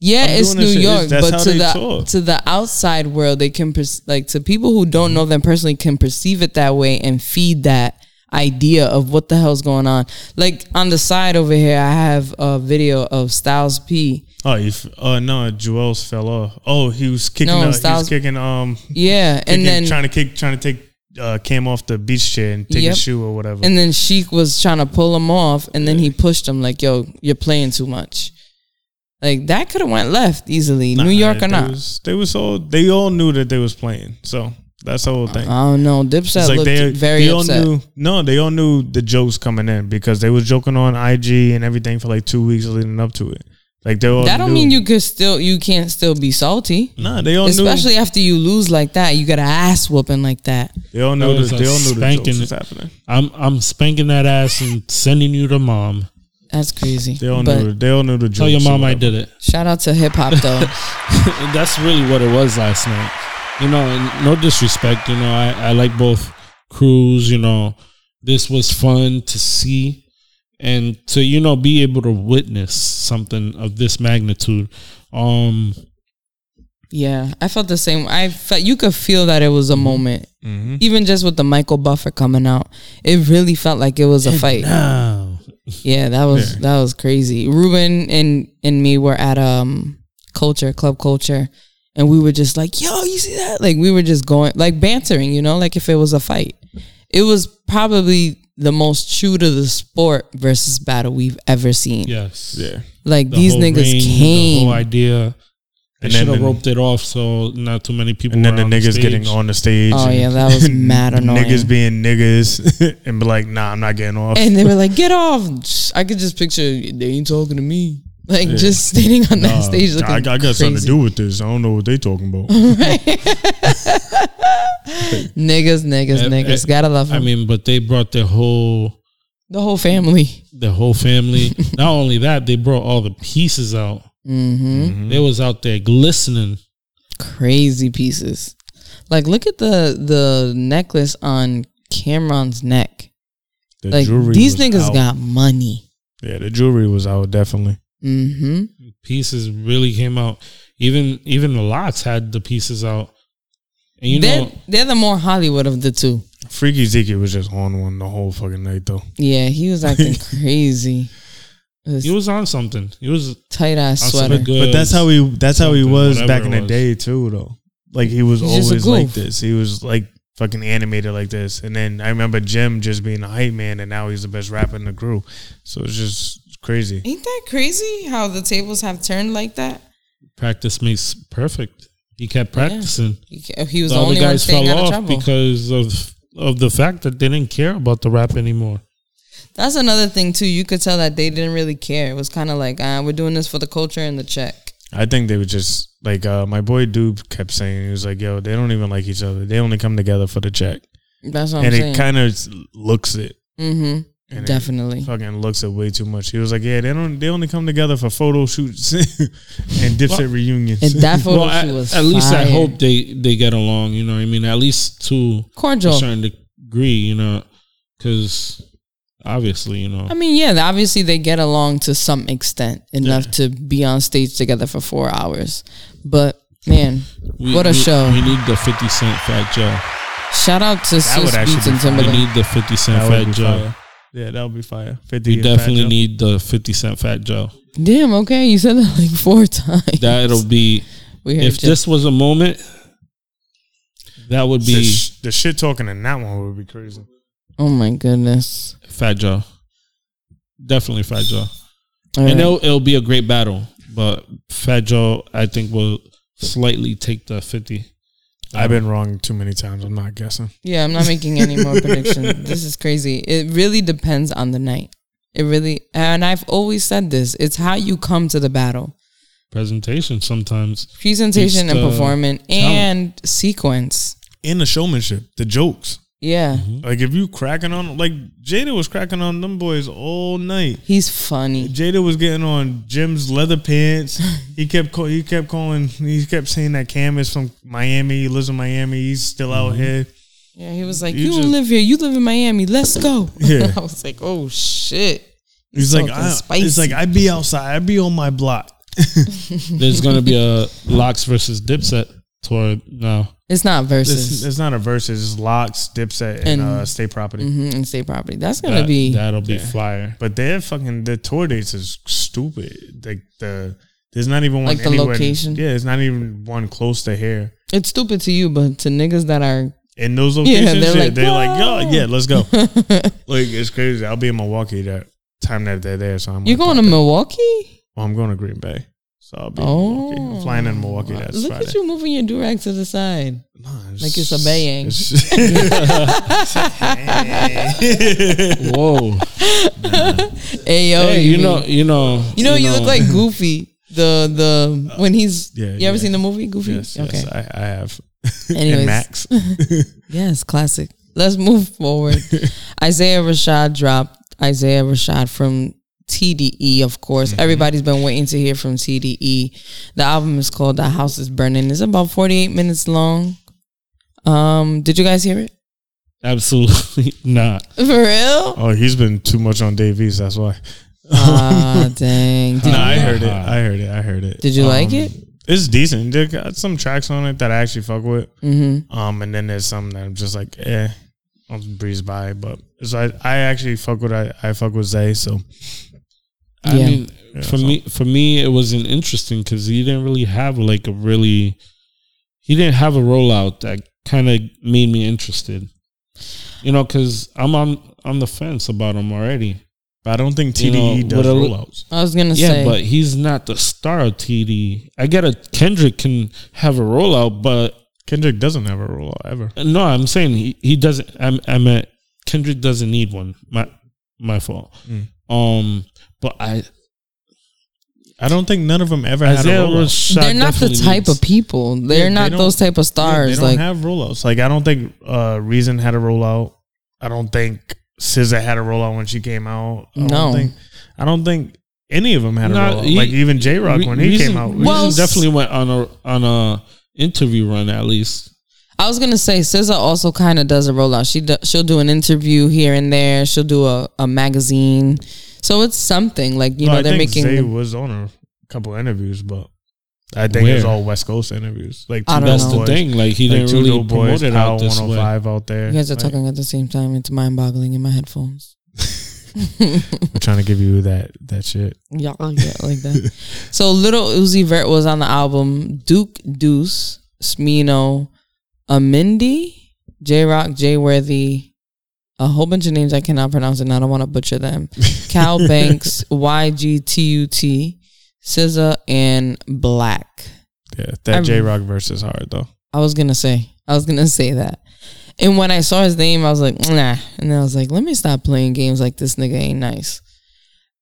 A: Yeah,
B: I'm
A: it's
B: doing
A: New
B: this shit.
A: York,
B: That's
A: but
B: how
A: to
B: they
A: the
B: talk.
A: to the outside world, they can perc- like to people who don't know them personally can perceive it that way and feed that idea of what the hell's going on. Like on the side over here, I have a video of Styles P.
B: oh you f- uh no Joel's fell off. Oh he was kicking.
A: No,
B: uh, he
A: Styles-
B: was kicking. Um,
A: Yeah,
B: kicking,
A: and then
B: trying to kick, trying to take uh Cam off the beach chair and take
A: Yep.
B: his shoe or whatever.
A: and then Sheik was trying to pull him off, and then he pushed him like, "Yo, you're playing too much." Like that could have went left easily, New York or
B: they
A: not.
B: was- they was all they all knew that they was playing. So that's the whole
A: I
B: thing.
A: don't know. Dipset looked very
B: all
A: upset.
B: knew no, they all knew the jokes coming in because they was joking on IG and everything for like two weeks leading up to it. Like they all
A: That don't
B: knew-
A: mean you could still you can't still be salty.
B: Nah, they all
A: Especially after you lose like that, you got an ass whooping like that.
B: knew they all
C: That
B: knew
C: was
B: the,
C: a
B: they all knew the
C: spanking.
B: jokes was happening.
C: I'm I'm spanking that ass and sending you to mom.
A: That's crazy.
B: They all
A: but
B: knew they all knew the jokes.
C: Tell your
B: or
C: mom I
B: whatever.
C: did it.
A: shout out to hip hop though.
C: And that's really what it was last night. You know, and no disrespect. You know, I, I like both crews. You know, this was fun to see and to you know be able to witness something of this magnitude. Um,
A: yeah, I felt the same. I felt you could feel that it was a moment,
B: Mm-hmm.
A: even just with the Michael Buffer coming out. It really felt like it was a fight.
C: now
A: Yeah, that was that was crazy. Ruben and and me were at um culture club culture, and we were just like, "Yo, you see that?" Like we were just going like bantering, you know, like if it was a fight. It was probably the most true to the sport versus battle we've ever seen.
C: yes,
B: Yeah.
A: Like
C: The
A: these
C: whole
A: niggas
C: ring, The
A: came.
C: whole idea. They
B: And
C: should
B: then
C: have
B: the-
C: roped it off so not too many people.
B: And then the
C: were on
B: niggas
C: stage.
B: getting on the stage.
A: Oh,
B: and
A: yeah, that was mad annoying.
B: Niggas being niggas and be like, nah, I'm not getting off.
A: and they were like, "Get off!" I could just picture they ain't talking to me. Like just standing on that stage
B: Nah,
A: looking.
B: I, I got something to do with this. I don't know what they talking about.
A: Niggas, niggas,
C: Eh,
A: niggas.
C: eh,
A: Gotta love
C: I
A: them.
C: mean, but they brought their whole
A: the whole family.
C: their whole family. Not only that, they brought all the pieces out.
B: Mm-hmm.
A: hmm
C: They was out there glistening.
A: Crazy pieces. Like look at the the necklace on Cameron's neck.
B: The
A: like
B: jewelry
A: these
B: was
A: niggas
B: out.
A: got money.
B: Yeah, the jewelry was out definitely.
A: hmm
C: Pieces really came out. Even even the locks had the pieces out. And you
A: they're,
C: know,
A: they're the more Hollywood of the two.
B: Freaky Zeke was just on one the whole fucking night though.
A: Yeah, he was acting crazy.
C: he was on something. He was
A: tight ass
C: on
A: sweater.
C: something good.
B: But that's how he that's how he
C: Something,
B: was
C: whatever
B: back
C: it
B: in the
C: was.
B: day too though. Like he was
A: He's just a
B: always like
A: goof.
B: this. He was like fucking animated like this. And then I remember Jim just being a hype man and now he's the best rapper in the crew. So it's just crazy.
A: Ain't that crazy how the tables have turned like that?
C: practice makes perfect. He kept practicing.
A: He he was
C: The
A: the,
C: other
A: only one
C: guys
A: staying
C: fell
A: out of
C: off
A: trouble.
C: because of of the fact that they didn't care about the rap anymore.
A: That's another thing too. You could tell that they didn't really care. It was kind of like, ah, we're doing this for the culture and the check.
B: I think they were just like uh, my boy Dube kept saying he was like, "Yo, they don't even like each other. They only come together for the check."
A: That's what
B: and
A: I'm saying.
B: it kind of looks it,
A: mm-hmm.
B: and it-
A: Definitely.
B: fucking looks it way too much. He was like, "Yeah, they don't. They only come together for photo shoots and dipset reunions."
A: And that photo
C: well,
A: shoot
C: at-
A: was
C: at least I
A: fire.
C: hope they they get along. You know what I mean? At least to a
A: cordial.
C: certain degree. You know, because obviously, you know,
A: I mean, yeah, obviously they get along to some extent enough to be on stage together for four hours. But man,
C: we-
A: what a
C: we-
A: show!
C: We need the Fifty Cent Fat Joe.
A: Shout out to
B: would
A: Sis
B: actually
A: Beats
B: be
A: and
B: fun.
C: We
A: Timberland.
C: need the Fifty Cent
B: that would
C: Fat
B: be
C: Joe.
B: fire. Yeah, that would be fire. Fifty.
C: We
B: and Fat
C: definitely
B: Joe.
C: need the Fifty Cent Fat Joe.
A: Damn. Okay, you said that like four times.
C: That'll be
A: we heard
C: if
A: just,
C: this was a moment. That would
B: the,
C: be
B: sh- the shit talking in that one would be crazy.
A: Oh my goodness.
C: Fat Joe. Definitely Fat Joe.
A: All
C: I
A: right.
C: know it'll be a great battle, but Fat Joe, I think, will slightly take the 50.
B: I've been wrong too many times. I'm not guessing.
A: Yeah, I'm not making any more predictions. This is crazy. It really depends on the night. It really, and I've always said this: it's how you come to the battle,
C: Presentation sometimes.
A: presentation and
C: It's the
A: performance, and sequence.
B: In the showmanship, the jokes.
A: Yeah,
B: Like if you cracking on, like Jada was cracking on them boys all night.
A: he's funny.
B: Jada was getting on Jim's leather pants. He kept call, he kept calling. He kept saying that Cam is from Miami. He lives in Miami. He's still out here.
A: Yeah, he was like,
B: You
A: "You, don't
B: just-
A: live here. You live in Miami. Let's go."
B: Yeah.
A: I was like, "Oh shit."
B: He's like,
A: talking
B: I, it's
A: spicy.
B: like I be outside. I be on my block.
C: There's going to be a Locks versus Dipset tour now.
A: It's not
B: It's,
A: versus
B: it's not a verse. It's just locks, dipset, and,
A: And-
B: uh, state property.
A: Mhm, and state property. That's gonna
C: That,
A: be
C: that'll be fire.
B: But their fucking the tour dates is stupid. Like the there's not even one
A: Like the
B: anywhere-
A: location?
B: Yeah, it's not even one close to here.
A: it's stupid to you, but to niggas that are
B: In those
A: they're
B: locations, yeah, they're,
A: like,
B: like, they're like,
A: "Whoa."
B: yo, yeah, let's go. like it's crazy. I'll be in Milwaukee that time that they're there. So I'm
A: you're
B: like,
A: going to
B: "Fuck it."
A: Milwaukee.
B: Well, I'm going to Green Bay, so I'll be
A: Oh.
B: in Milwaukee. I'm flying in Milwaukee. That's
A: Look
B: Friday.
A: at you moving your durag to the side.
B: Nah,
A: Like it's a bayang.
B: it's-
C: Whoa.
A: Hey yo,
C: hey, you know, you know,
A: Oh, you know, you, look like Goofy. The the when he's
B: Uh, yeah,
A: you ever
B: yeah.
A: seen the movie Goofy?
B: yes,
A: okay,
B: yes, I, I have.
A: Anyways.
B: and Max.
A: yes, classic. Let's move forward. Isaiah Rashad dropped Isaiah Rashad from TDE. Of course, everybody's been waiting to hear from TDE. The album is called "The House Is Burning." It's about forty eight minutes long. Um, did you guys hear it?
C: absolutely not.
A: For real?
B: Oh, he's been too much on Davies. That's why.
A: Ah, dang. Did
B: No,
A: you,
B: I heard it. I heard it. I heard it. Um,
A: Did you like it?
B: It's decent. They got some tracks on it that I actually fuck with.
A: hmm
B: Um, and then there's some that I'm just like, eh, I'll breeze by. But so I, I actually fuck with I, I fuck with Zay. So
C: I
A: Yeah.
C: mean,
B: Yeah,
C: for
B: so-
C: me, for me, it wasn't interesting because he didn't really have like a really, he didn't have a rollout that kind of made me interested. You know, because I'm on on the fence about him already.
B: but I don't think
C: You know,
B: TDE
C: with
B: does
C: a-
B: rollouts.
A: I was gonna
C: Yeah,
A: say.
C: but he's not the star of TD. I get a Kendrick can have a rollout, but
B: Kendrick doesn't have a rollout ever.
C: no, I'm saying he, he doesn't. I'm I meant Kendrick doesn't need one. My my fault.
B: Mm.
C: Um, but I
B: I don't think none of them ever had a
C: Isaiah
B: roll
C: Rashad
A: They're not the
C: definitely
A: type
C: needs-
A: of people. They're
B: they
A: not
B: don't-
A: those type of
B: they
A: stars.
B: don't
A: Like
B: have rollouts. Like I don't think uh, Reason had a rollout. I don't think SZA had a rollout when she came out. I
A: No.
B: don't think, I don't think any of them had
C: No,
B: a rollout.
C: he-
B: like even J Rock when he
C: Reason-
B: came out.
A: Well,
C: Reason definitely went on a on a interview run at least.
A: I was gonna say, SZA also kind of does a rollout. She do, she'll do an interview here and there. She'll do a, a magazine. So it's something like you
B: Well,
A: know they're
B: I think
A: making.
B: Zay
A: the-
B: was on a couple interviews, but I think it was
C: Where?
B: all West Coast interviews. Like
A: I don't
C: That's
A: know.
C: the thing. Like he
B: like
C: didn't
B: two
C: really
B: dope boys,
C: promote it out
B: Power
C: this
B: One Hundred
C: way.
B: Five out there.
A: you guys are
B: Like,
A: talking at the same time. It's mind boggling in my headphones.
B: I'm trying to give you that that shit.
A: Yeah, yeah, like that. so little Uzi Vert was on the album. Duke Deuce, Smino, Amindi, J Rock, J Worthy, a whole bunch of names I cannot pronounce and I don't want to butcher them. Cal Banks, YGTUT, SZA, and Black.
B: Yeah,
A: I'm-
B: that J Rock versus hard though.
A: I was gonna say. I was gonna say that. And when I saw his name, I was like, nah. And I was like, let me stop playing games like this nigga ain't nice.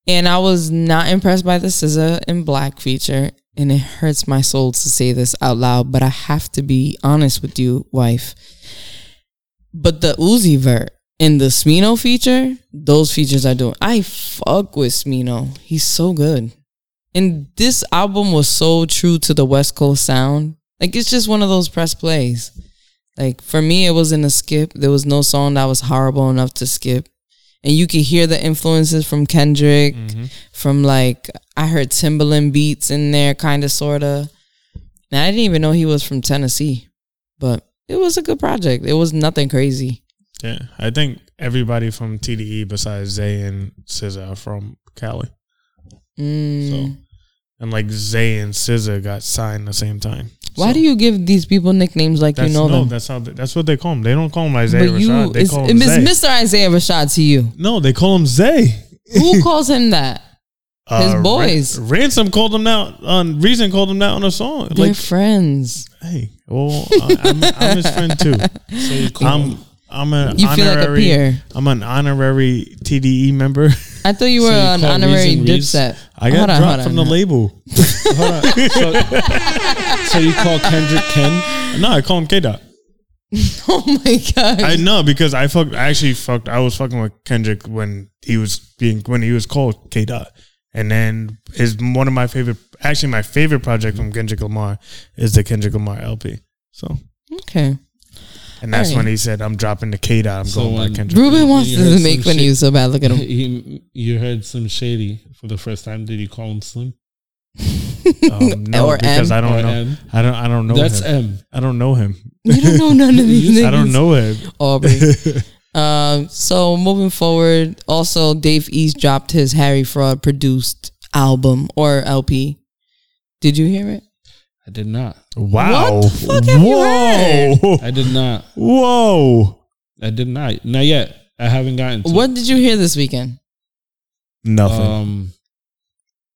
A: And I was not impressed by the SZA and Black feature. And it hurts my soul to say this out loud, but I have to be honest with you, wife. But the Uzi Vert and the Smino feature, those features are doing. I fuck with Smino. He's so good. And this album was so true to the West Coast sound. Like it's just one of those press plays. Like for me, it wasn't a skip. There was no song that was horrible enough to skip. And you could hear the influences from Kendrick,
B: Mm-hmm.
A: from like I heard Timbaland beats in there, kinda sorta. And I didn't even know he was from Tennessee. But it was a good project. It was nothing crazy.
B: Yeah, I think everybody from TDE besides Zay and SZA are from Cali,
A: Mm.
B: So- and like Zay and SZA got signed the same time.
A: Why do you give these people nicknames like you
B: That's,
A: know
B: no,
A: them?
B: that's how they, that's what they call him. They don't call him Isaiah
A: But you,
B: Rashad. They
A: it's,
B: call him
A: it's
B: Zay.
A: Mr. Isaiah Rashad to you.
B: no, they call him Zay. Uh,
A: Who calls him that? His boys.
B: Ran- Ransom called him out on Reason called him out on a song.
A: They're
B: Like,
A: friends.
B: hey, well, I, I'm, I'm his friend too.
C: So you call
A: Um,
B: I'm I'm an
A: You feel like a
B: honorary.
A: peer.
B: I'm an honorary TDE member.
A: I thought you
C: So
A: were
C: you
A: an
C: call
A: honorary
C: Reason Reeves?
A: dipset.
B: I got
A: Hold on,
B: dropped
A: hold on,
B: from the
A: hold on.
B: label.
C: so, so you call Kendrick Ken?
B: no, I call him K Dot.
A: Oh my god!
B: I know because I fucked. I actually fucked. I was fucking with Kendrick when he was being when he was called K Dot, and then his one of my favorite, actually my favorite project from Kendrick Lamar is the Kendrick Lamar LP. So,
A: okay,
B: and that's
A: Alright.
B: when he said, "I'm dropping the K Dot. I'm
C: So
B: going
C: when-
B: by Kendrick."
A: Ruben wants
C: You
A: to
C: heard
A: make
C: some
A: fun of
C: shit.
A: you so bad. Look at him.
C: He, you heard some shady for the first time. Did you call him Slim?
B: Um, no,
A: Or
B: because
A: M.
B: I don't
C: Or
B: know.
C: M.
B: I don't. I don't know.
C: That's
B: him.
C: M.
B: I don't know him.
A: You don't know none of these things.
B: I don't know him.
A: Aubrey. um, so moving forward, also Dave East dropped his Harry Fraud produced album or LP. Did you hear it?
C: I did not.
B: Wow.
A: What the fuck have you heard?
B: Whoa.
C: I did not.
B: Whoa.
C: I did not. Not yet. I haven't gotten to
A: What did you hear this weekend?
B: Nothing.
A: Uh,
C: Um,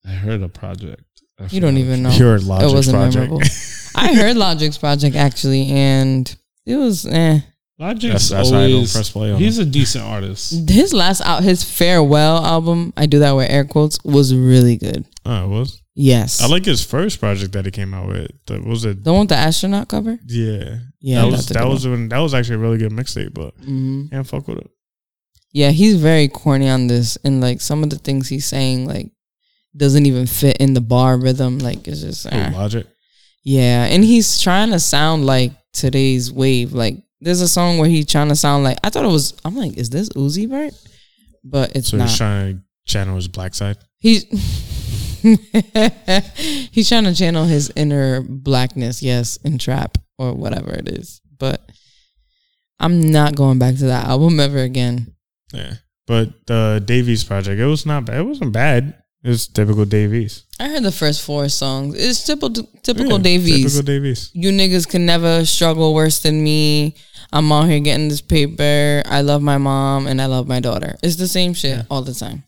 C: I heard a project. I
A: You don't
C: forgot.
A: even know.
B: Pure logic
A: it wasn't
B: project.
A: memorable. I heard Logic's project actually, and it was eh.
C: Logic's
B: That's- that's how I don't
C: always.
B: press play on him.
C: he's a decent artist.
A: His last out, his farewell album, I do that with air quotes, was really good.
B: Oh, it was.
A: Yes,
B: I like his first project that he came out with. That was it.
A: the one with the astronaut cover.
B: Yeah.
A: Yeah,
B: That
A: that's
B: was
A: a
B: that
A: good
B: was when that was actually a really good mixtape, but
A: hmm
B: yeah, fuck with it.
A: Yeah, he's very corny on this, and like some of the things he's saying, like doesn't even fit in the bar rhythm. Like it's just eh.
B: Cool logic.
A: yeah, and he's trying to sound like today's wave. Like there's a song where he's trying to sound like I thought it was. I'm like, is this Uzi Vert? But it's
B: So
A: not.
B: he's trying to channel his black side.
A: He's he's trying to channel his inner blackness, yes, and trap or whatever it is. But I'm not going back to that album ever again.
B: Yeah. But the Davies project, it was not bad. It wasn't bad. It was typical Davies.
A: I heard the first four songs. It's typical typical
B: Yeah,
A: Davies.
B: Typical Davies.
A: you niggas can never struggle worse than me. I'm out here getting this paper. I love my mom and I love my daughter. It's the same shit all the time.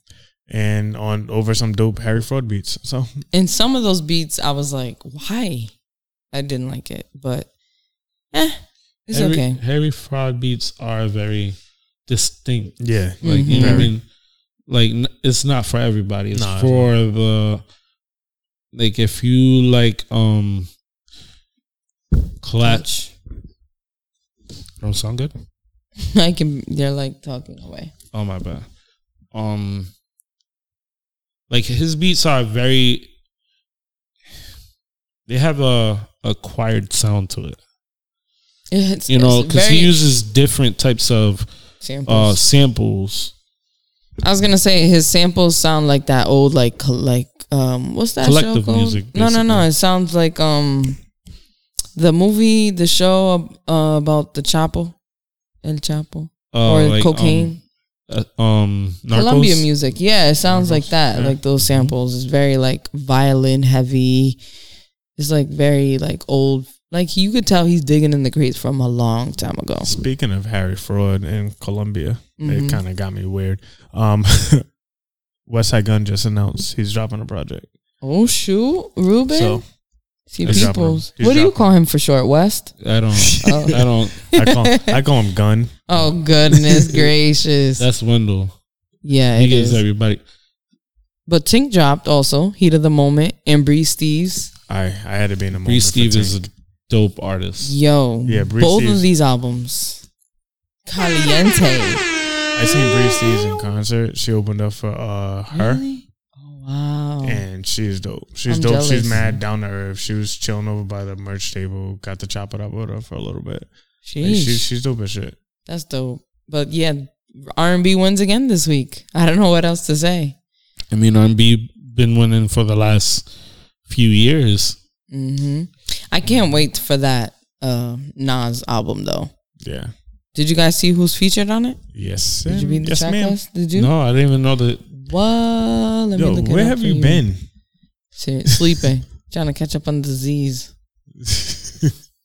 B: And on over some dope Harry Fraud beats. So
A: And some of those beats, I was like, why? I didn't like it, but eh, it's
C: Harry,
A: okay.
C: Harry Fraud beats are very distinct.
B: yeah.
A: Mm-hmm.
C: Like you know what I
A: Mhm.
C: mean? Like n- Mm-hmm. it's not for everybody. It's
B: No, it's
C: for the like if you like um clutch. Don't sound good.
A: I can. They're like talking away.
C: Oh my bad. Um, like his beats are very. They have a acquired sound to it,
A: It's,
C: you know,
A: it's
C: because
A: very
C: he uses different types of uh
A: samples.
C: samples.
A: I was gonna say his samples sound like that old like col- like um what's that show
C: Collective
A: called?
C: music,
A: no, no, no.
C: basically.
A: It sounds like um the movie, the show uh, about the Chapo, El Chapo,
C: Uh,
A: or
C: like, um,
A: cocaine.
C: uh, um, Narcos.
A: Columbia music. Yeah, it sounds like that.
C: yeah.
A: Like those samples. It's very like violin heavy. It's like very like old. Like you could tell he's digging in the crates from a long time ago.
B: Speaking of Harry Fraud and Columbia,
A: Mhm.
B: it kind of got me weird. Um, West Side Gun just announced he's dropping a project.
A: Oh shoot, Ruben.
B: So
A: See
B: He's dropping
A: peoples.
B: him. He's
A: What do you
B: dropping
A: call him for short? West.
C: I don't.
A: Oh.
C: I don't.
B: I call I call him Gun.
A: Oh goodness gracious!
C: That's Wendell.
A: yeah,
C: He
A: it
C: gives
A: is.
C: everybody.
A: But Tink dropped also heat of the moment and Bree Steves.
B: I I had to be in the moment.
C: Bree
B: for
C: Steve is a
B: Tank.
C: dope artist.
A: Yo,
B: Yeah, Bree
A: both of
B: Steves.
A: these albums, caliente.
B: I seen Bree Steve's in concert. She opened up for uh her.
A: Really? Oh wow.
B: And she's dope. She's
A: I'm
B: dope.
A: jealous.
B: She's mad down to earth. She was chilling over by the merch table. Got to chop it up with her for a little bit. Like,
A: Sheesh.
B: she, she's dope as shit.
A: That's dope. But yeah, R and B wins again this week. I don't know what else to say.
C: I mean, R&B been winning for the last few years.
A: hmm I can't wait for that uh, Nas album though.
B: Yeah.
A: Did you guys see who's featured on it?
B: Yes.
A: Did you
B: ma'am.
A: read the
B: yes,
A: track
B: ma'am.
A: list? Did you?
C: No, I didn't even know that.
A: Well, let me
B: Yo,
A: look it
B: where
A: up
B: have
A: for
B: you been?
A: Shit, sleeping, trying to catch up on disease,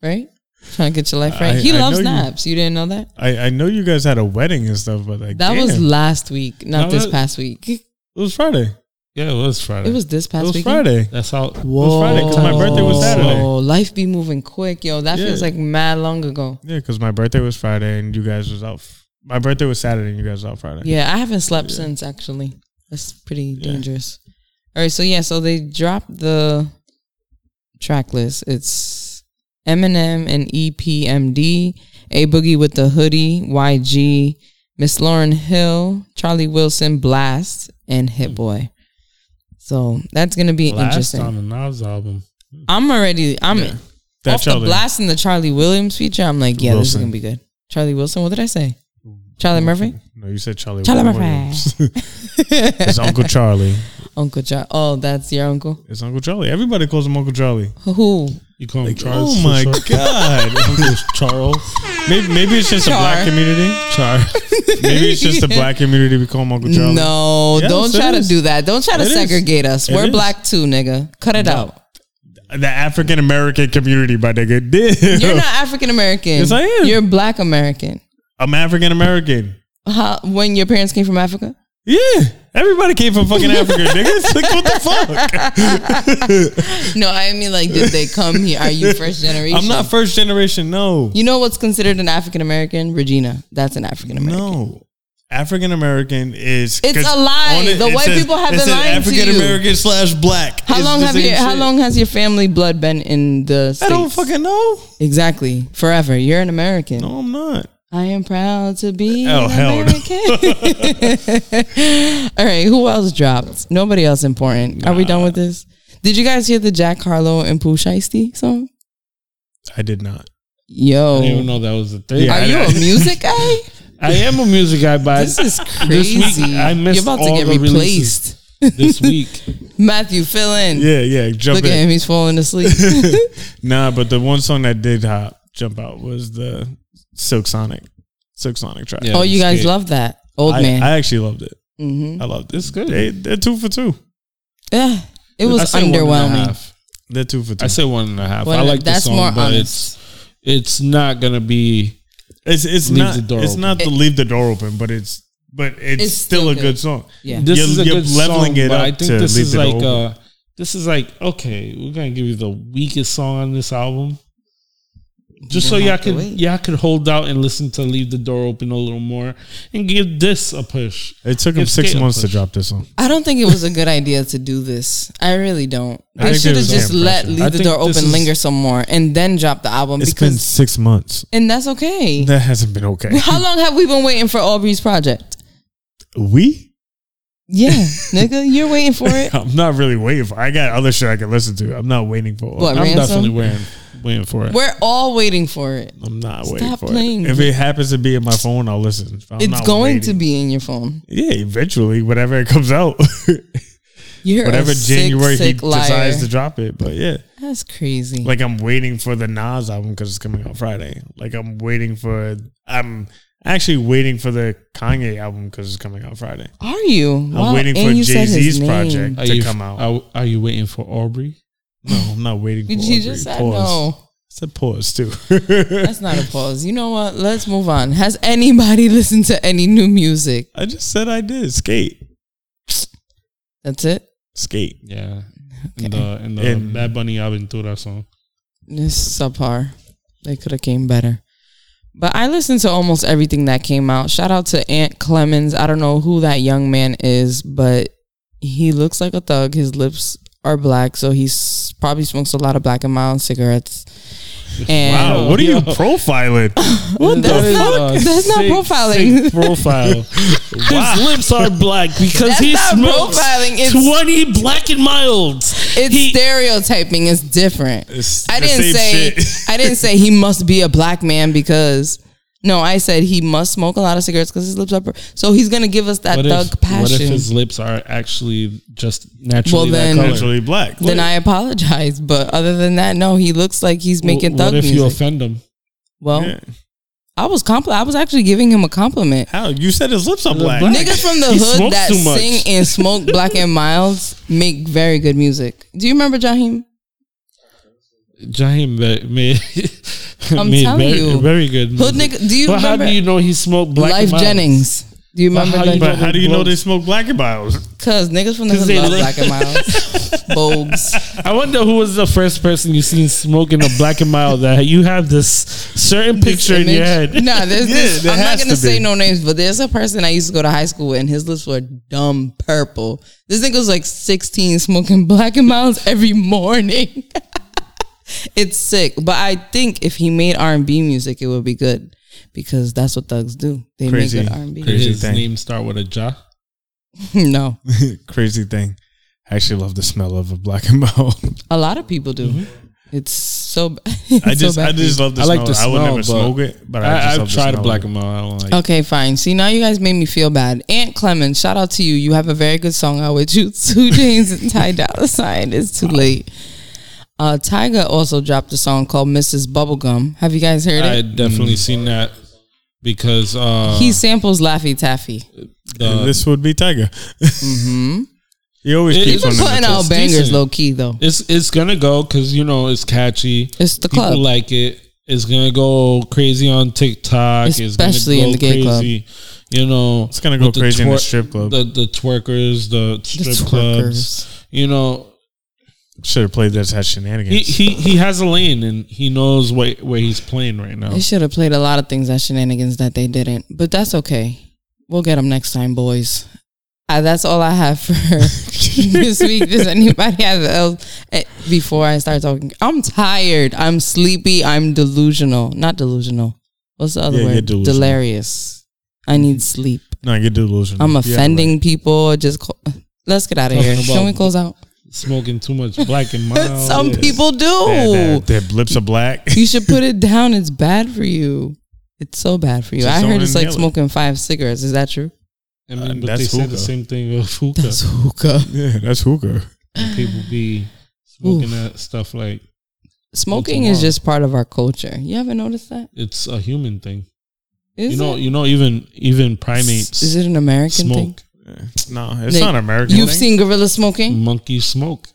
A: right? Trying to get your life right.
B: I-
A: he
B: I
A: loves
B: know you-
A: naps. You. didn't know that?
B: I, I know you guys had a wedding and stuff, but like
A: That was
B: damn,
A: last week, not
C: No,
A: this
C: that-
A: past week. It
B: it was Friday.
C: Yeah, it was Friday.
A: was this
B: It
A: past
B: was
A: week.
B: Friday.
C: That's how.
B: was Friday, 'cause my birthday was Saturday.
A: life be moving quick, yo. That
B: Yeah.
A: feels like mad long ago.
B: Yeah, because my birthday was Friday and you guys was out. f- My birthday was Saturday and you guys was out Friday.
A: Yeah, I haven't slept
B: Yeah.
A: since actually. That's pretty
B: Yeah.
A: dangerous. All right, so yeah, so they dropped the track list. It's Eminem and E EPMD, A Boogie with the Hoodie, YG, Miss Lauren Hill, Charlie Wilson, Blast, and Hit Boy. So that's gonna be
C: Last
A: interesting.
C: on the Nas album.
A: I'm already. I'm
B: Yeah. That
A: off
B: Sheldon.
A: the blast and the Charlie Williams feature. I'm like, yeah, this is
B: Wilson.
A: gonna be good. Charlie Wilson. What did I say? Charlie Murphy.
B: No, you said Charlie.
A: Charlie Murphy.
B: Williams. it's Uncle Charlie.
A: Uncle Charlie. Oh, that's your uncle.
B: It's Uncle Charlie. Everybody calls him Uncle Charlie.
A: Who?
C: You call him Charles?
B: oh
C: for
B: my
C: short?
B: god.
C: Uncle Charles.
B: maybe, maybe it's just a
A: Char.
B: black community. Char. maybe it's just a black community. We call him Uncle Charlie.
A: No,
B: Yes,
A: don't
B: it
A: try
B: is.
A: to do that. Don't try to
B: It is.
A: segregate us.
B: It
A: We're
B: is.
A: black too, nigga. Cut it out.
B: The African American community, my nigga. Damn.
A: You're not African American.
B: Yes, I am.
A: You're black American.
B: I'm African American.
A: How, when your parents came from Africa?
B: Yeah. Everybody came from fucking Africa, niggas. Like, what the fuck?
A: No, I mean like, did they come here? Are you first generation?
B: I'm not first generation. No.
A: You know what's considered an African American? Regina. That's an African American.
B: No. African American is.
A: It's
B: 'cause
A: a lie.
B: on
A: The
B: it
A: white
B: says-
A: people have
B: it
A: been
B: says
A: lying to you.
B: African American slash black.
A: How
B: It's
A: long
B: the
A: have
B: same
A: you? How
B: shit.
A: long has your family blood been in the
B: I
A: states?
B: don't fucking know.
A: exactly. Forever. You're an American.
B: No, I'm not.
A: I am proud to be
B: Oh,
A: an
B: hell no.
A: American. All right, who else dropped? Nobody else important. Are we done with this? Did you guys hear the Jack Harlow and Pooh Shiesty song?
B: I did not.
C: I didn't even
A: Yo,
C: know that was a thing.
B: Yeah.
A: are you a music guy?
C: I, I am a music guy, but
A: This is
C: week,
A: crazy.
C: I missed
A: You're about to
C: all
A: get
C: the
A: replaced.
C: releases. this week.
A: Matthew, fill in.
B: Yeah, yeah. Jump
A: Look
B: in.
A: at him; he's falling asleep.
B: Nah, but the one song that did hop jump out was the Silk Sonic, Silk Sonic track.
C: Yeah.
A: oh, you guys
C: Escape.
A: love that old
B: I,
A: man.
B: I actually loved it.
A: hmm
B: I loved it. It's
C: good.
B: They, they're two for two.
A: Yeah, it
C: I
A: was
C: say one and a
A: underwhelming.
C: half.
B: They're two for two.
C: I say one and a half.
A: One
C: I
A: and a-
C: like
A: that's
C: the song,
A: more
C: but
A: honest.
C: it's it's not gonna be.
B: It's it's
C: Leave
B: not
C: the door
B: it's
C: open.
B: not to leave the door open, but it's but it's,
A: It's
B: still,
A: still
B: a
A: good.
B: good, song.
A: Yeah.
C: This
B: You're-
C: is a
B: you're
C: good
B: leveling
C: song,
B: it
C: but I
B: up
C: think
B: to
C: this
B: leave
C: is
B: the door
C: like uh,
B: open.
C: this is like okay, we're gonna give you the weakest song on this album. just
A: You
C: so
A: don't
C: y'all
A: have to
C: could
A: wait.
C: y'all could hold out and listen to leave the door open a little more and give this a push.
B: It took him
C: Give
B: six
C: scale
B: months to
C: push.
B: drop this one.
A: I don't think it was a good idea to do this. I really don't. They
B: I think
A: should
B: it
A: have
B: was
A: just
B: under
A: let
B: pressure.
A: leave
C: I
A: the
C: think
A: door
C: this
A: open,
C: is-
A: linger some more, and then drop the album
B: It's been
A: because
B: six months.
A: and that's okay.
B: That hasn't been okay.
A: How long have we been waiting for Aubrey's project?
B: We?
A: Yeah, nigga, you're waiting for it.
B: I'm not really waiting for. I got other shit I can listen to. I'm not waiting for.
A: What? A
C: I'm
A: ransom?
C: definitely waiting waiting for it.
A: We're all waiting for it.
B: I'm not
A: Stop
B: waiting for
A: playing.
B: it. If it happens to be in my phone, I'll listen. If I'm
A: it's
B: not
A: going to
B: waiting-
A: be in your phone.
B: Yeah, eventually, whenever it comes out,
A: You're
B: whatever
A: a sick,
B: January
A: sick
B: he
A: liar.
B: decides to drop it. But yeah,
A: That's crazy.
B: like I'm waiting for the Nas album because it's coming out Friday. Like I'm waiting for. I'm actually waiting for the Kanye album because it's coming out Friday.
A: Are you? I'm
B: waiting for Jay-Z's project. to
C: you,
B: come out.
C: Are, are you waiting for Aubrey?
B: No, I'm not waiting. for
A: Did
B: Oh, Aubrey.
A: you just said
B: pause.
A: no?
B: It's a pause too.
A: That's not a pause. You know what? Let's move on. Has anybody listened to any new music?
B: I just said I did skate,
A: That's it.
B: skate.
C: Yeah. And the and the
B: And-
C: Bad Bunny Aventura song.
A: It's subpar. They could have came better. But I listened to almost everything that came out. Shout out to Aunt Clemens. I don't know who that young man is, but he looks like a thug. His lips are black, so he's probably smokes a lot of black and mild cigarettes. And
B: Wow, what are you
C: Yo.
B: profiling?
A: What the
C: That is,
A: fuck?
C: uh,
A: That's not
C: sick,
A: profiling.
C: sick profile. His lips are black because
A: That's
C: he
A: not
C: smokes
A: profiling, it's-
C: twenty black and milds.
A: It's
C: He-
A: stereotyping. It's different.
B: It's
A: I
B: the
A: didn't
B: same
A: say
B: shit.
A: I didn't say he must be a black man because no, I said he must smoke a lot of cigarettes because his lips are. pur- So he's gonna give us that
C: What
A: thug
C: if, what if
A: passion.
C: his lips are actually just naturally
A: Well, then-
C: that color?
B: Naturally black.
A: then I apologize, but other than that, no, he looks like he's making
C: What-
A: thug
C: What if you
A: music.
C: offend him?
A: well,
B: Yeah.
A: I was compl- I was actually giving him a compliment.
B: How you said his lips are black?
A: Niggas from the
C: He
A: hood
C: smokes
A: that
C: too much.
A: sing and smoke black and miles make very good music. Do you remember Jaheim?
C: Jaheim ma- made,
A: I'm
C: made
A: telling
C: very,
A: you.
C: very good.
A: Hood
C: music.
A: nigga, do you
C: But how
A: remember
C: do you know he smoked black?
A: Life
C: Miles?
A: Jennings? Do you remember
C: how
A: Life
C: you
B: But how do you know
C: Close.
B: they smoke black and miles?
A: Cause niggas from the
C: 'Cause
A: hood
C: they
A: love
C: look-
A: black and miles. Bogues.
C: I wonder who was the first person you seen smoking a black and mild that you have this certain picture in your head.
A: Nah, there's
B: Yeah,
A: this.
B: there
A: I'm not
B: has
A: gonna
B: to
A: say
B: be.
A: no names, but there's a person I used to go to high school with, and his lips were dumb purple. This nigga was like 16, smoking black and miles every morning. it's sick, but I think if he made R and B music, it would be good because that's what thugs do. They
B: Crazy.
A: make good R and B.
B: Crazy.
C: His
B: thing.
C: name start with a Ja.
A: No,
B: Crazy thing. I actually love the smell of a black and mild.
A: a lot of people do. It's so. b- It's
B: Mm-hmm. I just,
A: so
B: I
A: bad for you.
B: just love the
C: I
B: smell.
C: like the
B: I would
C: smell,
B: never
C: but
B: smoke it, but I, just
C: I,
B: love
C: I've
B: the
C: tried a
B: smell
C: black
B: of it.
C: and mild. I don't like.
A: Okay, fine. See, now you guys made me feel bad. Aunt Clemens, shout out to you. You have a very good song out with you. Two James and Ty Dolla Sign. It's too late. Uh, Tyga also dropped a song called Mrs. Bubblegum. Have you guys heard
C: I
A: it?
C: had definitely seen that because uh,
A: he samples Laffy Taffy.
C: the,
B: And this would be Tiger. he always
C: Mm-hmm. It-
B: keeps
C: it's
B: on
C: a
B: the
A: Putting
B: twist.
A: out
C: it's
A: bangers
C: decent.
A: low key though.
C: it's it's gonna go because you know it's catchy.
A: It's the
C: People
A: club.
C: like it. It's gonna go crazy on TikTok.
A: Especially in the gay club.
C: club. You know,
B: It's gonna go
C: with
B: crazy in the
C: twer-
B: strip club.
C: The the twerkers, the strip clubs.
A: Twerkers.
C: You know,
B: Should have played this at shenanigans.
C: he, he he has a lane and he knows where where he's playing right now.
A: They should have played a lot of things at shenanigans that they didn't, but that's okay. We'll get them next time, boys. Uh, that's all I have for this week. Does anybody have else eh, before I start talking? I'm tired. I'm sleepy. I'm delusional. Not delusional. What's the other
B: Yeah, you're
A: word?
B: delusional.
A: Delirious. I need sleep.
B: no, you delusional.
A: I'm
B: Yeah,
A: offending people. Just call, let's get out of
C: Talking
A: here. Can
C: about-
A: we close out?
C: Smoking too much black and mild.
B: Oh,
A: Some people do.
B: right. Their, their, their lips are black.
A: you should put it down. It's bad for you. It's so bad for you.
B: Just
A: I heard
B: don't
A: it's like
B: inhale it.
A: smoking five cigarettes. Is that true?
C: I mean,
B: Uh,
C: but
B: that's
C: they say
B: hookah.
C: the same thing of hookah.
A: hookah.
B: yeah, that's hookah.
C: people be smoking that stuff like
A: Smoking
C: Well,
A: is just part of our culture. You haven't noticed that?
C: it's a human thing.
A: Is
C: you know,
A: it?
C: you know, even even primates
A: is it an American
C: smoke.
B: No, it's
A: Nick,
B: not American.
A: thing? You've
B: thing.
A: seen gorilla
C: Mm-hmm.
A: smoking?
C: Monkeys smoke.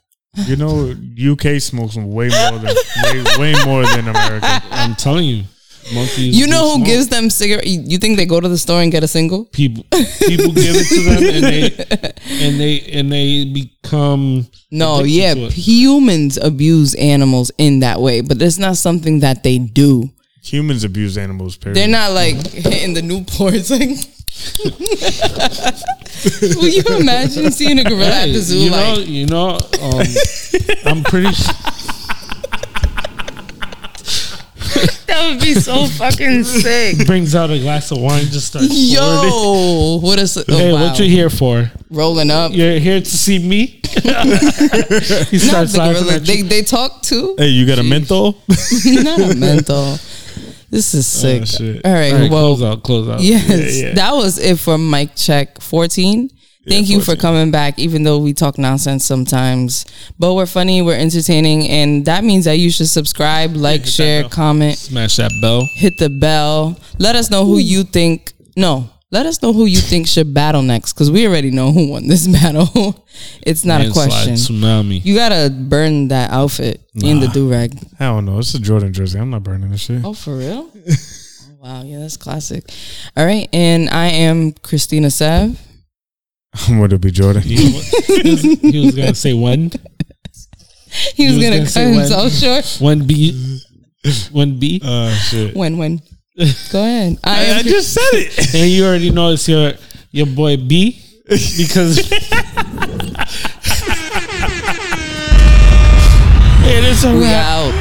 B: You know, UK smokes way more than way, way more than America.
C: I'm telling you,
A: Ah.
C: monkeys.
A: You
C: do
A: know who
C: smoke.
A: gives them cigarette? You you think they go to the store and get a single?
C: people people give it to them and they and they and they become
A: No,
C: addicted
A: yeah.
C: to it.
A: Humans abuse animals in that way, but it's not something that they do.
B: Humans abuse animals. Period.
A: They're not like hitting the Newports. Like, will you imagine seeing a gorilla at the zoo?
C: you know,
A: like,
C: you know, um, I'm pretty.
A: that would be so fucking sick.
C: brings out a glass of wine, just starts. pouring it.
A: Yo, what a s- oh,
C: hey,
A: wow.
C: what you here for?
A: rolling up?
C: You're here to see me. he
A: Not
C: starts
A: the
C: laughing
A: gorilla.
C: at you.
A: They they talk too.
B: Hey, you got a menthol?
A: not a mental. This is sick.
B: shit.
A: All right,
C: Oh, All right,
A: well,
C: close out, close out.
A: Yes,
B: Yeah, yeah.
A: that was it for Mike Check 14. Thank you for
B: 14.
A: coming back, even though we talk nonsense sometimes. But we're funny, we're entertaining, and that means that you should subscribe, like,
C: hit that
A: share,
C: bell.
A: comment,
C: Smash that bell.
A: hit the bell. Let us know who you think. No, let us know who you think should battle next, because we already know who won this battle. it's not a
C: Landslide
A: question.
C: Tsunami.
A: You gotta burn that outfit in the do rag.
B: I don't know. It's a Jordan jersey. I'm not burning this shit.
A: Oh, for real? oh, wow, yeah, that's classic. All right, and I am Christina Sav. Oh.
B: I'm with it be Jordan.
C: You know what? he, was, he was gonna say one,
A: he was,
C: was
A: gonna,
C: gonna say
A: cut
C: when.
A: himself short.
C: one B, one B,
B: Oh shit!
A: When when? Go ahead. I am.
B: just said it.
C: and you already know it's your your boy B because it is a
A: we
C: wrap.
A: out.